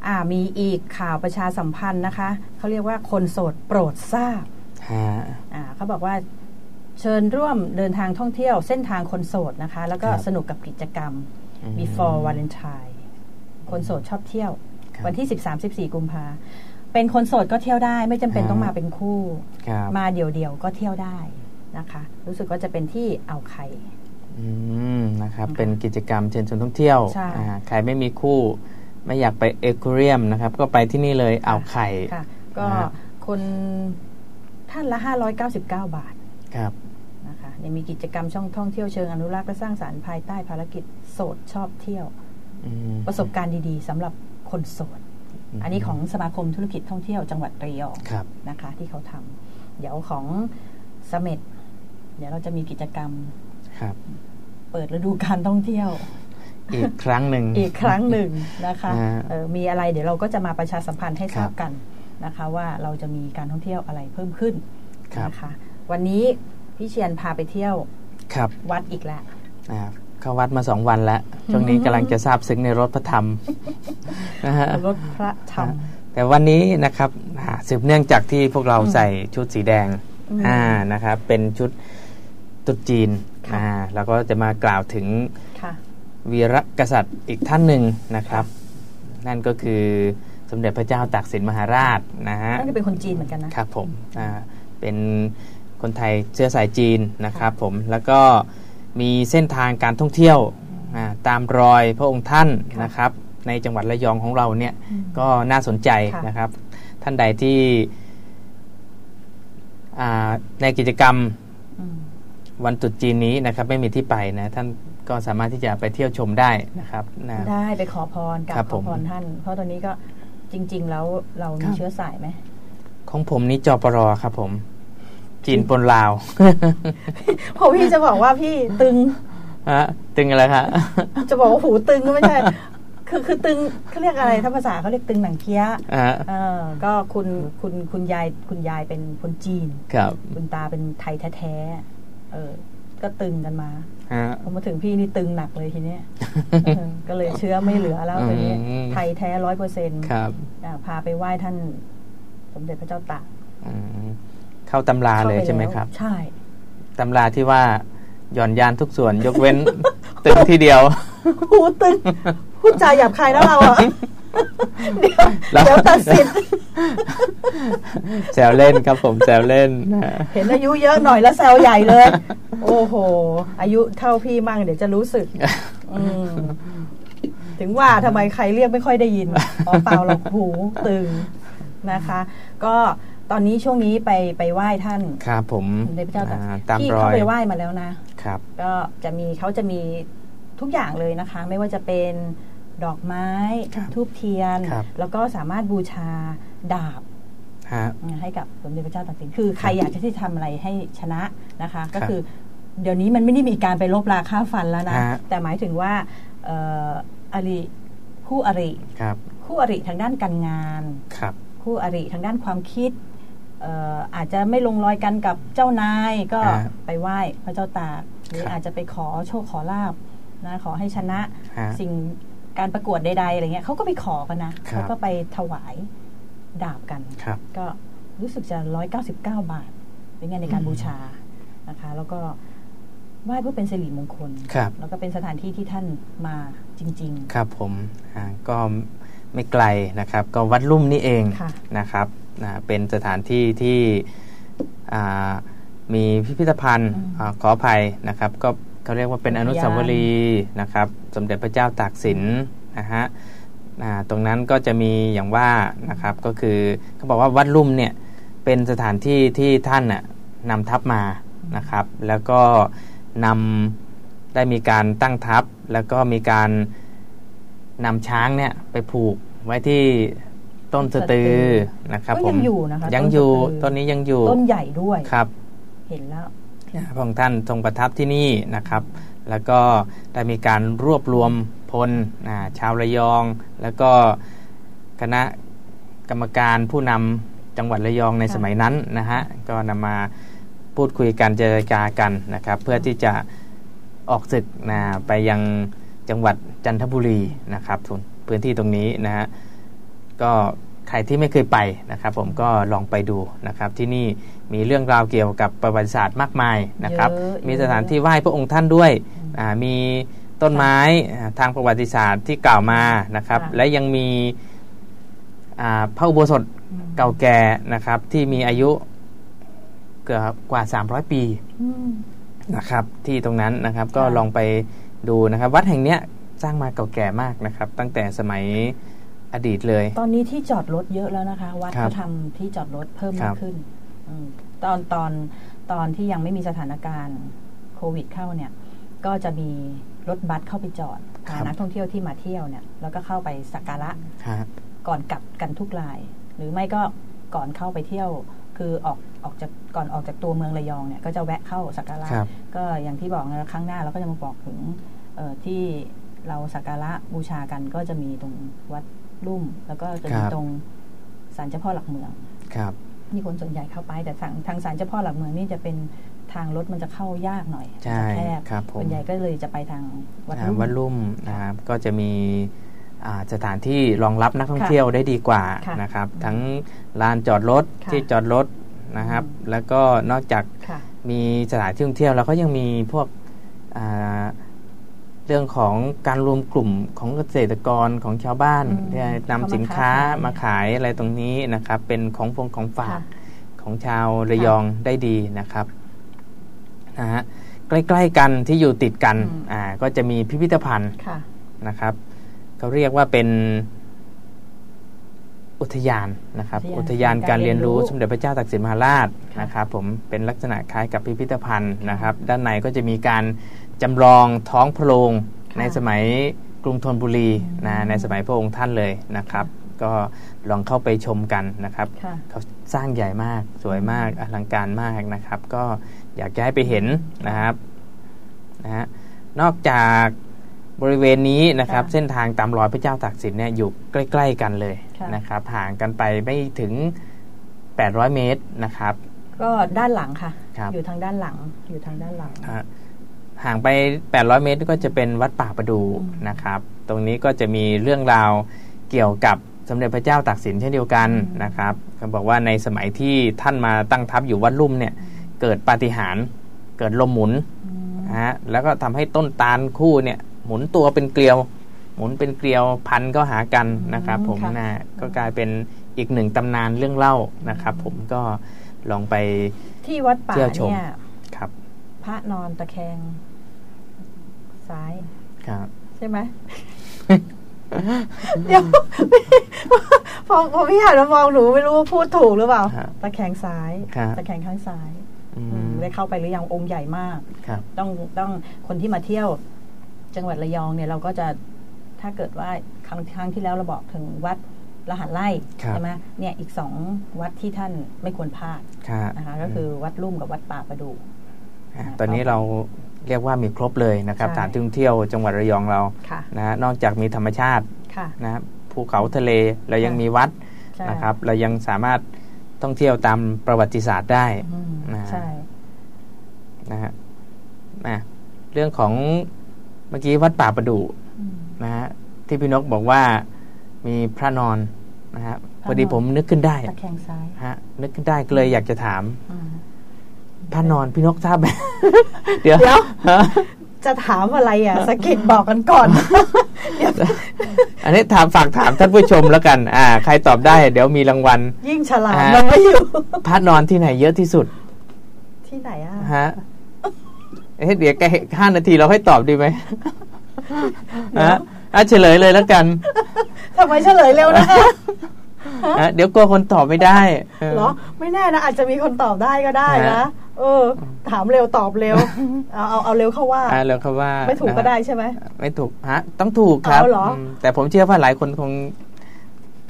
Speaker 3: อ่ามีอีกข่าวประชาสัมพันธ์นะคะเขาเรียกว่าคนโสดโปรดทราบ
Speaker 2: ฮะ
Speaker 3: อ่าเขาบอกว่าเชิญร่วมเดินทางท่องเที่ยวเส้นทางคนโสดนะคะ แล้วก็
Speaker 2: ครับ
Speaker 3: สนุกกับกิจกรรม
Speaker 2: อืม
Speaker 3: before valentine คนโสดชอบเที่ยว
Speaker 2: ครับ
Speaker 3: วันที่ 13-14 กุมภาเป็นคนโสดก็เที่ยวได้ ไม่จำเป็น
Speaker 2: ฮะ
Speaker 3: ต้องมาเป็นคู่
Speaker 2: ครับ
Speaker 3: มาเดี่ยวๆก็เที่ยวได้นะคะ รู้สึกว่าจะเป็นที่เอาวไข่
Speaker 2: อืมนะครับเป็นกิจกรรมเชิญชวนท่องเที่ยว
Speaker 3: ใช่
Speaker 2: อ่าใครไม่มีคู่ ไม่อยากไปเอควเรียมนะครับ ก็ไปที่นี่เลยอ่าวไข่
Speaker 3: ค่ะ ก็
Speaker 2: ฮะ
Speaker 3: คนท่านละ 599 บาท
Speaker 2: ครับ
Speaker 3: นะคะเนี่ยมีกิจกรรมช่องท่องเที่ยวเชิงอนุรักษ์และสร้างสารรค์ภายใต้ภารกิจโสดชอบเที่ยว
Speaker 2: อืม
Speaker 3: ประสบการณ์ดีๆสำหรับคนโสด
Speaker 2: อืม
Speaker 3: อันนี้ของสมาคมธุรกิจท่องเที่ยวจังหวัดระยอง
Speaker 2: ครับ
Speaker 3: นะคะ ที่เขาทำเดี๋ยวของเสเม็ดเดี๋ยวเราจะมีกิจกรรม
Speaker 2: ครับ
Speaker 3: เปิดฤดูการท่องเที่ยว
Speaker 2: [laughs] อีกครั้งหนึ่ง
Speaker 3: อีกครั้งหนึ่งนะคะ
Speaker 2: อ่า
Speaker 3: เอ่อมีอะไรเดี๋ยวเราก็จะมาประชาสัมพันธ์ให้ทรา
Speaker 2: ครับ บ
Speaker 3: กันนะคะ ว่าเราจะมีการท่องเที่ยวอะไรเพิ่มขึ้น
Speaker 2: ครับ
Speaker 3: นะคะ วันนี้พี่เชียนพาไปเที่ยว
Speaker 2: ครับ
Speaker 3: วัดอีกแล้ว
Speaker 2: อ่าเข้าวัดมาสองวันแล้ว ช่วงนี้กำลังจะทราบซึ้งในรถพระธรรม [laughs] นะฮะ
Speaker 3: รถพระธรรม
Speaker 2: แต่วันนี้นะครับอ่าสืบเนื่องจากที่พวกเราใส่ชุดสีแดง
Speaker 3: อืม
Speaker 2: อ่านะครับ เป็นชุดตรุษจีน
Speaker 3: ค่ะ
Speaker 2: อ่าแล้วก็จะมากล่าวถึง
Speaker 3: ค่ะ
Speaker 2: วีรกษัตริย์อีกท่านหนึ่งนะครับ นั่นก็คือสมเด็จพระเจ้าตากสินมหาราชนะฮะ
Speaker 3: นั่นก็เป็นคนจีนเหมือนกันนะ
Speaker 2: ครับผมอ่าเป็นคนไทยเชื้อสายจีนนะครับผมแล้วก็มีเส้นทางการท่องเที่ยวอ่าตามรอยพระองค์ท่าน
Speaker 3: ค่ะ
Speaker 2: นะครับ ในจังหวัดระยองของเราเนี่ย
Speaker 3: อืม
Speaker 2: ก็น่าสนใจ
Speaker 3: ค่ะ
Speaker 2: นะครับ ท่านใดที่อ่าในกิจกรรม
Speaker 3: อืม
Speaker 2: วันตรุษจีนนี้นะครับ ไม่มีที่ไปนะท่านก็สามารถที่จะไปเที่ยวชมได้นะครับนะ
Speaker 3: ได้ไปขอพรกับ
Speaker 2: ครับ
Speaker 3: ขอพ
Speaker 2: ผ
Speaker 3: ร
Speaker 2: ม
Speaker 3: ท่าน เพราะตอนนี้ก็จริง ๆ แล้วเรา
Speaker 2: ค
Speaker 3: มี
Speaker 2: รับ
Speaker 3: เชื้อสายไหม [laughs]
Speaker 2: ของผมนี่จอปรอครับผม จีนปนลาว
Speaker 3: เพราะพี่จะบอกว่าพี่ตึง
Speaker 2: ฮะตึงอะไรคะ [laughs]
Speaker 3: จะบอกว่าหูตึงก็ไม่ใช่ คือคือตึงเขาเรียกอะไรถ้าภาษาเขาเรียกตึงหนังเคี้ย
Speaker 2: อ่า
Speaker 3: เออก็คุณคุณคุณยายคุณยายเป็นคนจีน
Speaker 2: ครับ
Speaker 3: คุณตาเป็นไทยแท้ๆเออก็ตึงกันมา
Speaker 2: ฮะ
Speaker 3: พอมาถึงพี่นี่ตึงหนักเลยทีเนี้ยเออก็เลยเชื้อไม่เหลือแล้วตอนนี้
Speaker 2: อืม
Speaker 3: ไทยแท้ร้อยเปอร์เซ็นต์
Speaker 2: ครับ
Speaker 3: พาไปไหว้ท่านสมเด็จพระเจ้าตาก
Speaker 2: อืมเข้าตำรา
Speaker 3: ข้าป
Speaker 2: เลยใช่ไหม
Speaker 3: แล้ว
Speaker 2: ครับ
Speaker 3: ใช่
Speaker 2: ตำราที่ว่าหย่อนยานทุกส่วนยกเว้น
Speaker 3: [laughs]
Speaker 2: ตึงที่เดียว
Speaker 3: หูตึงพูดจาหยาบคายแล้วเราอ่ะ เดี๋ยว
Speaker 2: [laughs] แล้ว
Speaker 3: เดี๋ยวตัดสิน
Speaker 2: แซวเล่นครับผมแซวเล่นนะฮะ
Speaker 3: เห็นอายุเยอะหน่อยแล้วแซวใหญ่เลย โอ้โห อายุเท่าพี่มั่งเดี๋ยวจะรู้สึก อืมถึงว่าทำไมใครเรียกไม่ค่อยได้ยินอ๋อเปล่าหรอกหูตึงนะคะ ก็ตอนนี้ช่วงนี้ไปไปไหว้ท่าน
Speaker 2: ครับผม
Speaker 3: สมเด็จพระเจ้าตาก
Speaker 2: อ่
Speaker 3: สิน
Speaker 2: ตาม
Speaker 3: ที่
Speaker 2: รอ
Speaker 3: เข้าย ไปไหว้มาแล้วนะ
Speaker 2: ครับ
Speaker 3: ก็จะมีเขาจะมีทุกอย่างเลยนะคะ ไม่ว่าจะเป็นดอกไม้ทูบเทียน
Speaker 2: ครับ
Speaker 3: แล้วก็สามารถบูชาดาบ
Speaker 2: ฮะ
Speaker 3: ให้กับสมเด็จพระเจ้าตากสินคือใครอยากจะที่ทำอะไรให้ชนะนะคะ ก็คือ เดี๋ยวนี้มันไม่ได้มีการไปลบราค่าฟันแล้วนะ
Speaker 2: ฮะ
Speaker 3: แต่หมายถึงว่าเอ่ออริคู่อริ
Speaker 2: ครับ
Speaker 3: คู่อริทางด้านการงาน
Speaker 2: ครับ
Speaker 3: คู่อริทางด้านความคิดเอ่ออาจจะไม่ลงรอยกันกับเจ้านายก็
Speaker 2: ฮะ
Speaker 3: ไปไหว้พระเจ้าตากหรือ
Speaker 2: ครับ
Speaker 3: อาจจะไปขอโชคขอลาบนะขอให้ชนะ
Speaker 2: ฮะ
Speaker 3: สิ่งการประกวดใดๆอะไรเงี้ยเขาก็ไปขอกันนะครับ เขาก็ไปถวายดาบกัน
Speaker 2: ครับ
Speaker 3: ก็รู้สึกจะ 199 บาท เป็นไงในการบูชานะคะ แล้วก็ไหว้เพื่อเป็นสิริมงคล
Speaker 2: ครับ
Speaker 3: แล้วก็เป็นสถานที่ที่ท่านมาจริง
Speaker 2: ครับผมอ่าก็ไม่ไกลนะครับ ก็วัดลุ่มนี่เอง
Speaker 3: ค่ะ
Speaker 2: นะครับอ่าเป็นสถานที่ที่อ่ามีพิพิธภัณฑ์อ่าขออภัยนะครับ ก็เขาเรียกว่าเป็นอนุสาวรีย์นะครับ สมเด็จพระเจ้าตากสินนะฮะอ่าตรงนั้นก็จะมีอย่างว่านะครับก็คือเขาบอกว่าวัดลุ่มเนี่ย เป็นสถานที่ที่ท่านน่ะนำทัพมานะครับ แล้วก็นำได้มีการตั้งทัพ แล้วก็มีการนำช้างเนี่ยไปผูกไว้ที่ต้นสะตือนะครับ
Speaker 3: ก็
Speaker 2: ผ
Speaker 3: ยั
Speaker 2: ม
Speaker 3: งอยู่นะคะ
Speaker 2: ยัง
Speaker 3: ต้นสะตือ
Speaker 2: อ
Speaker 3: อ
Speaker 2: ยู่ต้นนี้ยังอยู่
Speaker 3: ๆ ต้นใหญ่ด้วย
Speaker 2: ครับ
Speaker 3: เห็นแล้ว
Speaker 2: พระองค์ท่านทรงประทับที่นี่นะครับ แล้วก็ได้มีการรวบรวมพลอ่าชาวระยอง แล้วก็คณะกรรมการผู้นำจังหวัดระยองใน
Speaker 3: ค่ะ
Speaker 2: สมัยนั้นนะฮะก็นำมาพูดคุยกันเจรจากันนะครับ เพื่อที่จะออกศึกนะไปยังจังหวัดจันทบุรีนะครับส่วนพื้นที่ตรงนี้นะฮะก็ใครที่ไม่เคยไปนะครับ ผมก็ลองไปดูนะครับ ที่นี่มีเรื่องราวเกี่ยวกับประวัติศาสตร์มากมายนะครับ
Speaker 3: เยอะ
Speaker 2: มี
Speaker 3: เยอะ
Speaker 2: สถานที่ไหว้พระองค์ท่านด้วย อ่ามีต้นไม้อ่าทางประวัติศาสตร์ที่กล่าวมานะครับ
Speaker 3: ค่ะ
Speaker 2: และยังมีอ่าพระอุโบสถเก่าแก่นะครับที่มีอายุเกือบกว่า 300 ปี
Speaker 3: อืม
Speaker 2: นะครับ ที่ตรงนั้นนะครับก็
Speaker 3: ค่ะ
Speaker 2: ลองไปดูนะครับ วัดแห่งเนี้ยสร้างมาเก่าแก่มากนะครับ ตั้งแต่สมัยอดีตเลย
Speaker 3: ตอนนี้ที่จอดรถเยอะแล้วนะคะ วัด
Speaker 2: ครับ
Speaker 3: เขาทำที่จอดรถเพิ่ม
Speaker 2: ครั
Speaker 3: มาก
Speaker 2: บ
Speaker 3: ขึ้นอมตอนตอนตอนที่ยังไม่มีสถานการณ์โควิดเข้าเนี่ย ก็จะมีรถบัสเข้าไปจอด
Speaker 2: ครับ
Speaker 3: พานักท่องเที่ยวที่มาเที่ยวเนี่ย แล้วก็เข้าไปสักการะ
Speaker 2: ฮะ
Speaker 3: ก่อนกลับกันทุกราย หรือไม่ก็ก่อนเข้าไปเที่ยว คือออกออกจากก่อนออกจากตัวเมืองระยองเนี่ยก็จะแวะเข้าสักการะ
Speaker 2: ครับ
Speaker 3: ก็อย่างที่บอกนะครั้งหน้าเราก็จะมาบอกถึงเอ่อที่เราสักการะบูชากันก็จะมีตรงวัดลุ่ม แล้วก็จะมี
Speaker 2: ครับ
Speaker 3: ตรงศาลเจ้าพ่อหลักเมือง
Speaker 2: ครับ
Speaker 3: นี่คนส่วนใหญ่เข้าไป แต่ทางทางศาลเจ้าพ่อหลักเมืองนี่จะเป็นทางรถมันจะเข้ายากหน่อย
Speaker 2: ใช่
Speaker 3: จะแคบ
Speaker 2: ครับผม
Speaker 3: ส่วนใหญ่ก็เลยจะไปทางวัด
Speaker 2: อ่า
Speaker 3: ลุ่ม
Speaker 2: วัดลุ่มนะครับก็จะมีอ่าสถานที่รองรับนักท่องเที่ยวได้ดีกว่า
Speaker 3: ค่ะ
Speaker 2: นะครับ ทั้งลานจอดรถ
Speaker 3: ค่ะ
Speaker 2: ที่จอดรถนะครับ
Speaker 3: อืม
Speaker 2: แล้วก็นอกจาก
Speaker 3: ค่ะ
Speaker 2: มีสถานที่ท่องเที่ยวแล้วก็ยังมีพวกอ่าเรื่องของการรวมกลุ่มของเกษตรกรของชาวบ้าน
Speaker 3: อืม
Speaker 2: ที่
Speaker 3: เข้ามาน
Speaker 2: ำสินค้า
Speaker 3: ขาย
Speaker 2: มาขายอะไรตรงนี้นะครับ เป็นของพงของฝาก
Speaker 3: ค่ะ
Speaker 2: ของชาวระยองได้ดีนะครับนะฮะใกล้ๆกันที่อยู่ติดกัน
Speaker 3: อืม
Speaker 2: อ่าก็จะมีพิพิธภัณฑ์
Speaker 3: ค่ะ
Speaker 2: นะครับเขาเรียกว่าเป็นอุทยานนะครับ
Speaker 3: อุ
Speaker 2: อุ
Speaker 3: ทยาย
Speaker 2: ทาน น
Speaker 3: กา
Speaker 2: การ ร
Speaker 3: เรี
Speaker 2: เรี
Speaker 3: ย
Speaker 2: ย
Speaker 3: น
Speaker 2: น
Speaker 3: รู้
Speaker 2: รู้สมเด็จพระเจ้าตากสินมหาราช
Speaker 3: ค่ะ
Speaker 2: นะครับผมเป็นลักษณะคล้ายกับพิพิธภัณฑ์นะครับ ด้านในก็จะมีการจำลองท้องพระโรงในสมัยกรุงธนบุรีนะในสมัยพระองค์ท่านเลยนะครับ ก็ลองเข้าไปชมกันนะครับ
Speaker 3: ค่ะ
Speaker 2: เขาสร้างใหญ่มากสวยมากอลังการมากนะครับ ก็อยากจะให้ไปเห็นนะครับนะฮะนอกจากบริเวณนี้นะครับ
Speaker 3: ค่ะ
Speaker 2: เส้นทางตามรอยพระเจ้าตากสินเนี่ยอยู่ใกล้ ๆ กันเลย
Speaker 3: ค่ะ
Speaker 2: นะครับ ห่างกันไปไม่ถึง 800 เมตรนะครับ
Speaker 3: ก็ด้านหลังค่ะ
Speaker 2: ครับ
Speaker 3: อยู่ทางด้านหลัง อยู่ทางด้านหลัง
Speaker 2: นะฮะห่างไป 800 เมตรก็จะเป็นวัดป่าประดู
Speaker 3: อืม
Speaker 2: นะครับ ตรงนี้ก็จะมีเรื่องราวเกี่ยวกับสมเด็จพระเจ้าตากสินเช่นเดียวกัน
Speaker 3: อืม
Speaker 2: นะครับเขาบอกว่าในสมัยที่ท่านมาตั้งทัพอยู่วัดลุ่มเนี่ย เกิดปาฏิหาริย์เกิดลมหมุนนะฮะแล้วก็ทำให้ต้นตาลคู่เนี่ยหมุนตัวเป็นเกลียว หมุนเป็นเกลียวพันก็หากันนะครับ ผม
Speaker 3: ค่ะ
Speaker 2: นะก็กลายเป็นอีกหนึ่งตำนานเรื่องเล่านะครับ ผมก็ลองไป
Speaker 3: ที่วัดป่า
Speaker 2: เที่ยวชม
Speaker 3: เนี่ย
Speaker 2: ครับ
Speaker 3: พระนอนตะแคง ซ้าย
Speaker 2: ครับ
Speaker 3: ใช่ไหม
Speaker 2: [laughs]
Speaker 3: เดี๋ยว [laughs] พอพอพี่หันมามองหนูไม่รู้ว่าพูดถูกหรือเปล่า
Speaker 2: ฮะ
Speaker 3: ตะแคงซ้าย
Speaker 2: ครับ
Speaker 3: ตะแคงข้างซ้าย
Speaker 2: อื
Speaker 3: อืม
Speaker 2: ม
Speaker 3: ได้เข้าไปหรือยังองค์ใหญ่มาก
Speaker 2: ครับ
Speaker 3: ต้องต้องคนที่มาเที่ยว จังหวัดระยองเนี่ยเราก็จะถ้าเกิดว่าครั้งครั้งที่แล้วเราบอกถึงวัดละหันไล่
Speaker 2: ครับ
Speaker 3: ใช่ไหมเนี่ยอีกสองวัดที่ท่านไม่ควรพลาด
Speaker 2: ค่ะ
Speaker 3: นะคะ ก็คือวัดลุ่มกับวัดป่าประดู
Speaker 2: อ่ะตอนนี้เราเรียกว่ามีครบเลยนะครับ
Speaker 3: ใช่
Speaker 2: สถานที่ท่องเที่ยวจังหวัดระยองเรา
Speaker 3: ค่ะ
Speaker 2: นะฮะนอกจากมีธรรมชาติ
Speaker 3: ค่ะ
Speaker 2: นะครับภูเขาทะเลเรายังมีวัด
Speaker 3: ใช่
Speaker 2: นะครับ เรายังสามารถท่องเที่ยวตามประวัติศาสตร์ได้
Speaker 3: อืม
Speaker 2: นะฮะ
Speaker 3: ใช่
Speaker 2: นะฮะอ่ะเรื่องของเมื่อกี้วัดป่าประดู่
Speaker 3: อืม
Speaker 2: นะฮะที่พี่นกบอกว่ามีพระนอนนะฮะ
Speaker 3: พ
Speaker 2: พ
Speaker 3: ระนอน
Speaker 2: อดีผมนึกขึ้นได้
Speaker 3: ตะแคงซ้าย
Speaker 2: ฮะนึกขึ้นได้ก็เลยอยากจะถาม
Speaker 3: อืม
Speaker 2: พระนอนพี่นกทราบไหม [laughs] เดี๋ยว
Speaker 3: เดี๋ยว
Speaker 2: ฮะ
Speaker 3: จะถามอะไรอ่ [laughs] ะสะกิดบอกกันก่อน [laughs] เดี๋ยว
Speaker 2: อันนี้ถามฝากถามท่านผู้ชมแล้วกัน อ่า ใครตอบได้ เดี๋ยวมีรางวัล
Speaker 3: ยิ่งฉลาด
Speaker 2: อ่า
Speaker 3: มันไม่ [laughs] อยู่
Speaker 2: พระนอนที่ไหนเยอะที่สุด
Speaker 3: ที่ไหนอ่ะ
Speaker 2: ฮะเอ๊ะเดี๋ยวใกล้ห้านาทีเราให้ตอบดีไหมฮะอ่ะเฉลยเลยแล้วกัน
Speaker 3: ทำไมเฉลยเร็วนะคะ [laughs]
Speaker 2: ฮะเดี๋ยวกลัวคนตอบไม่ได้เออ
Speaker 3: เหรอไม่แน่นะอาจจะมีคนตอบได้ก็ได้นะ
Speaker 2: ฮะ
Speaker 3: เออ ถามเร็วตอบเร็
Speaker 2: [laughs]
Speaker 3: ว เอาเอาเอาเร็วเข้าว่า
Speaker 2: อ่าแล้วครับว่า
Speaker 3: ไม่ถูกก็ได้
Speaker 2: นะฮะ
Speaker 3: ใช่ไหม
Speaker 2: ไม่ถูกฮะ ต้องถูกครับ
Speaker 3: เอาเหรออื
Speaker 2: มแต่ผมเชื่อว่าหลายคนคง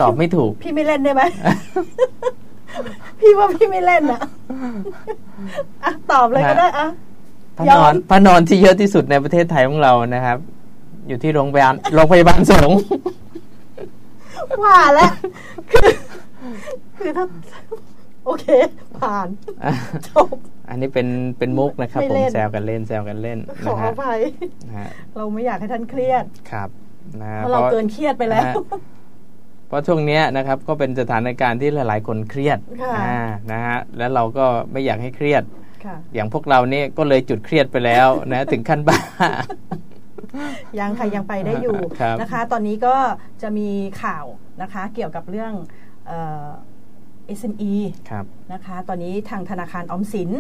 Speaker 2: ตอบไม่ถูก
Speaker 3: พี่ไม่เล่นได้ไหม [laughs] พี่ว่าพี่ไม่เล่น
Speaker 2: [laughs]
Speaker 3: อ่ะอ่ะตอบเลยก็ได้อ่ะ
Speaker 2: พระ
Speaker 3: ย
Speaker 2: น
Speaker 3: อ
Speaker 2: อน
Speaker 3: ม
Speaker 2: พระนอนที่เยอะที่สุดในประเทศไทยของเรานะครับ อยู่ที่โรงพยาบาลโรงพยาบาลส
Speaker 3: [laughs]
Speaker 2: งฆ์
Speaker 3: ว่าแล้วคือ คือถ้าโอเค ผ่าน
Speaker 2: อ่ะ
Speaker 3: จบ
Speaker 2: อันนี้เป็นเป็นมุกนะครับ
Speaker 3: ไม่
Speaker 2: ผม
Speaker 3: เล่น
Speaker 2: แซวกันเล่นแซวกันเล่น
Speaker 3: ข
Speaker 2: นะ
Speaker 3: ออ
Speaker 2: ฮะ
Speaker 3: ภัย
Speaker 2: นะฮะ
Speaker 3: เราไม่อยากให้ท่านเครียด
Speaker 2: ครับนะ
Speaker 3: เพราะเราเกินเครียดไปแล้ว
Speaker 2: นะฮะเพราะช่วงเนี้ยนะครับ ก็เป็นสถานการณ์ที่หลาย ๆ คนเครียด
Speaker 3: ค่ะ
Speaker 2: อ่านะฮะแล้วเราก็ไม่อยากให้เครียด
Speaker 3: ค่ะ
Speaker 2: อย่างพวกเราเนี่ยก็เลยจุดเครียดไปแล้ว [laughs] นะถึงขั้นบ้า
Speaker 3: ยังค่ะยังไปได้อยู่
Speaker 2: ครับ
Speaker 3: นะคะ ตอนนี้ก็จะมีข่าวนะคะ เกี่ยวกับเรื่องเอ่อ SME
Speaker 2: ครับ
Speaker 3: นะคะ ตอนนี้ทางธนาคารออมสิน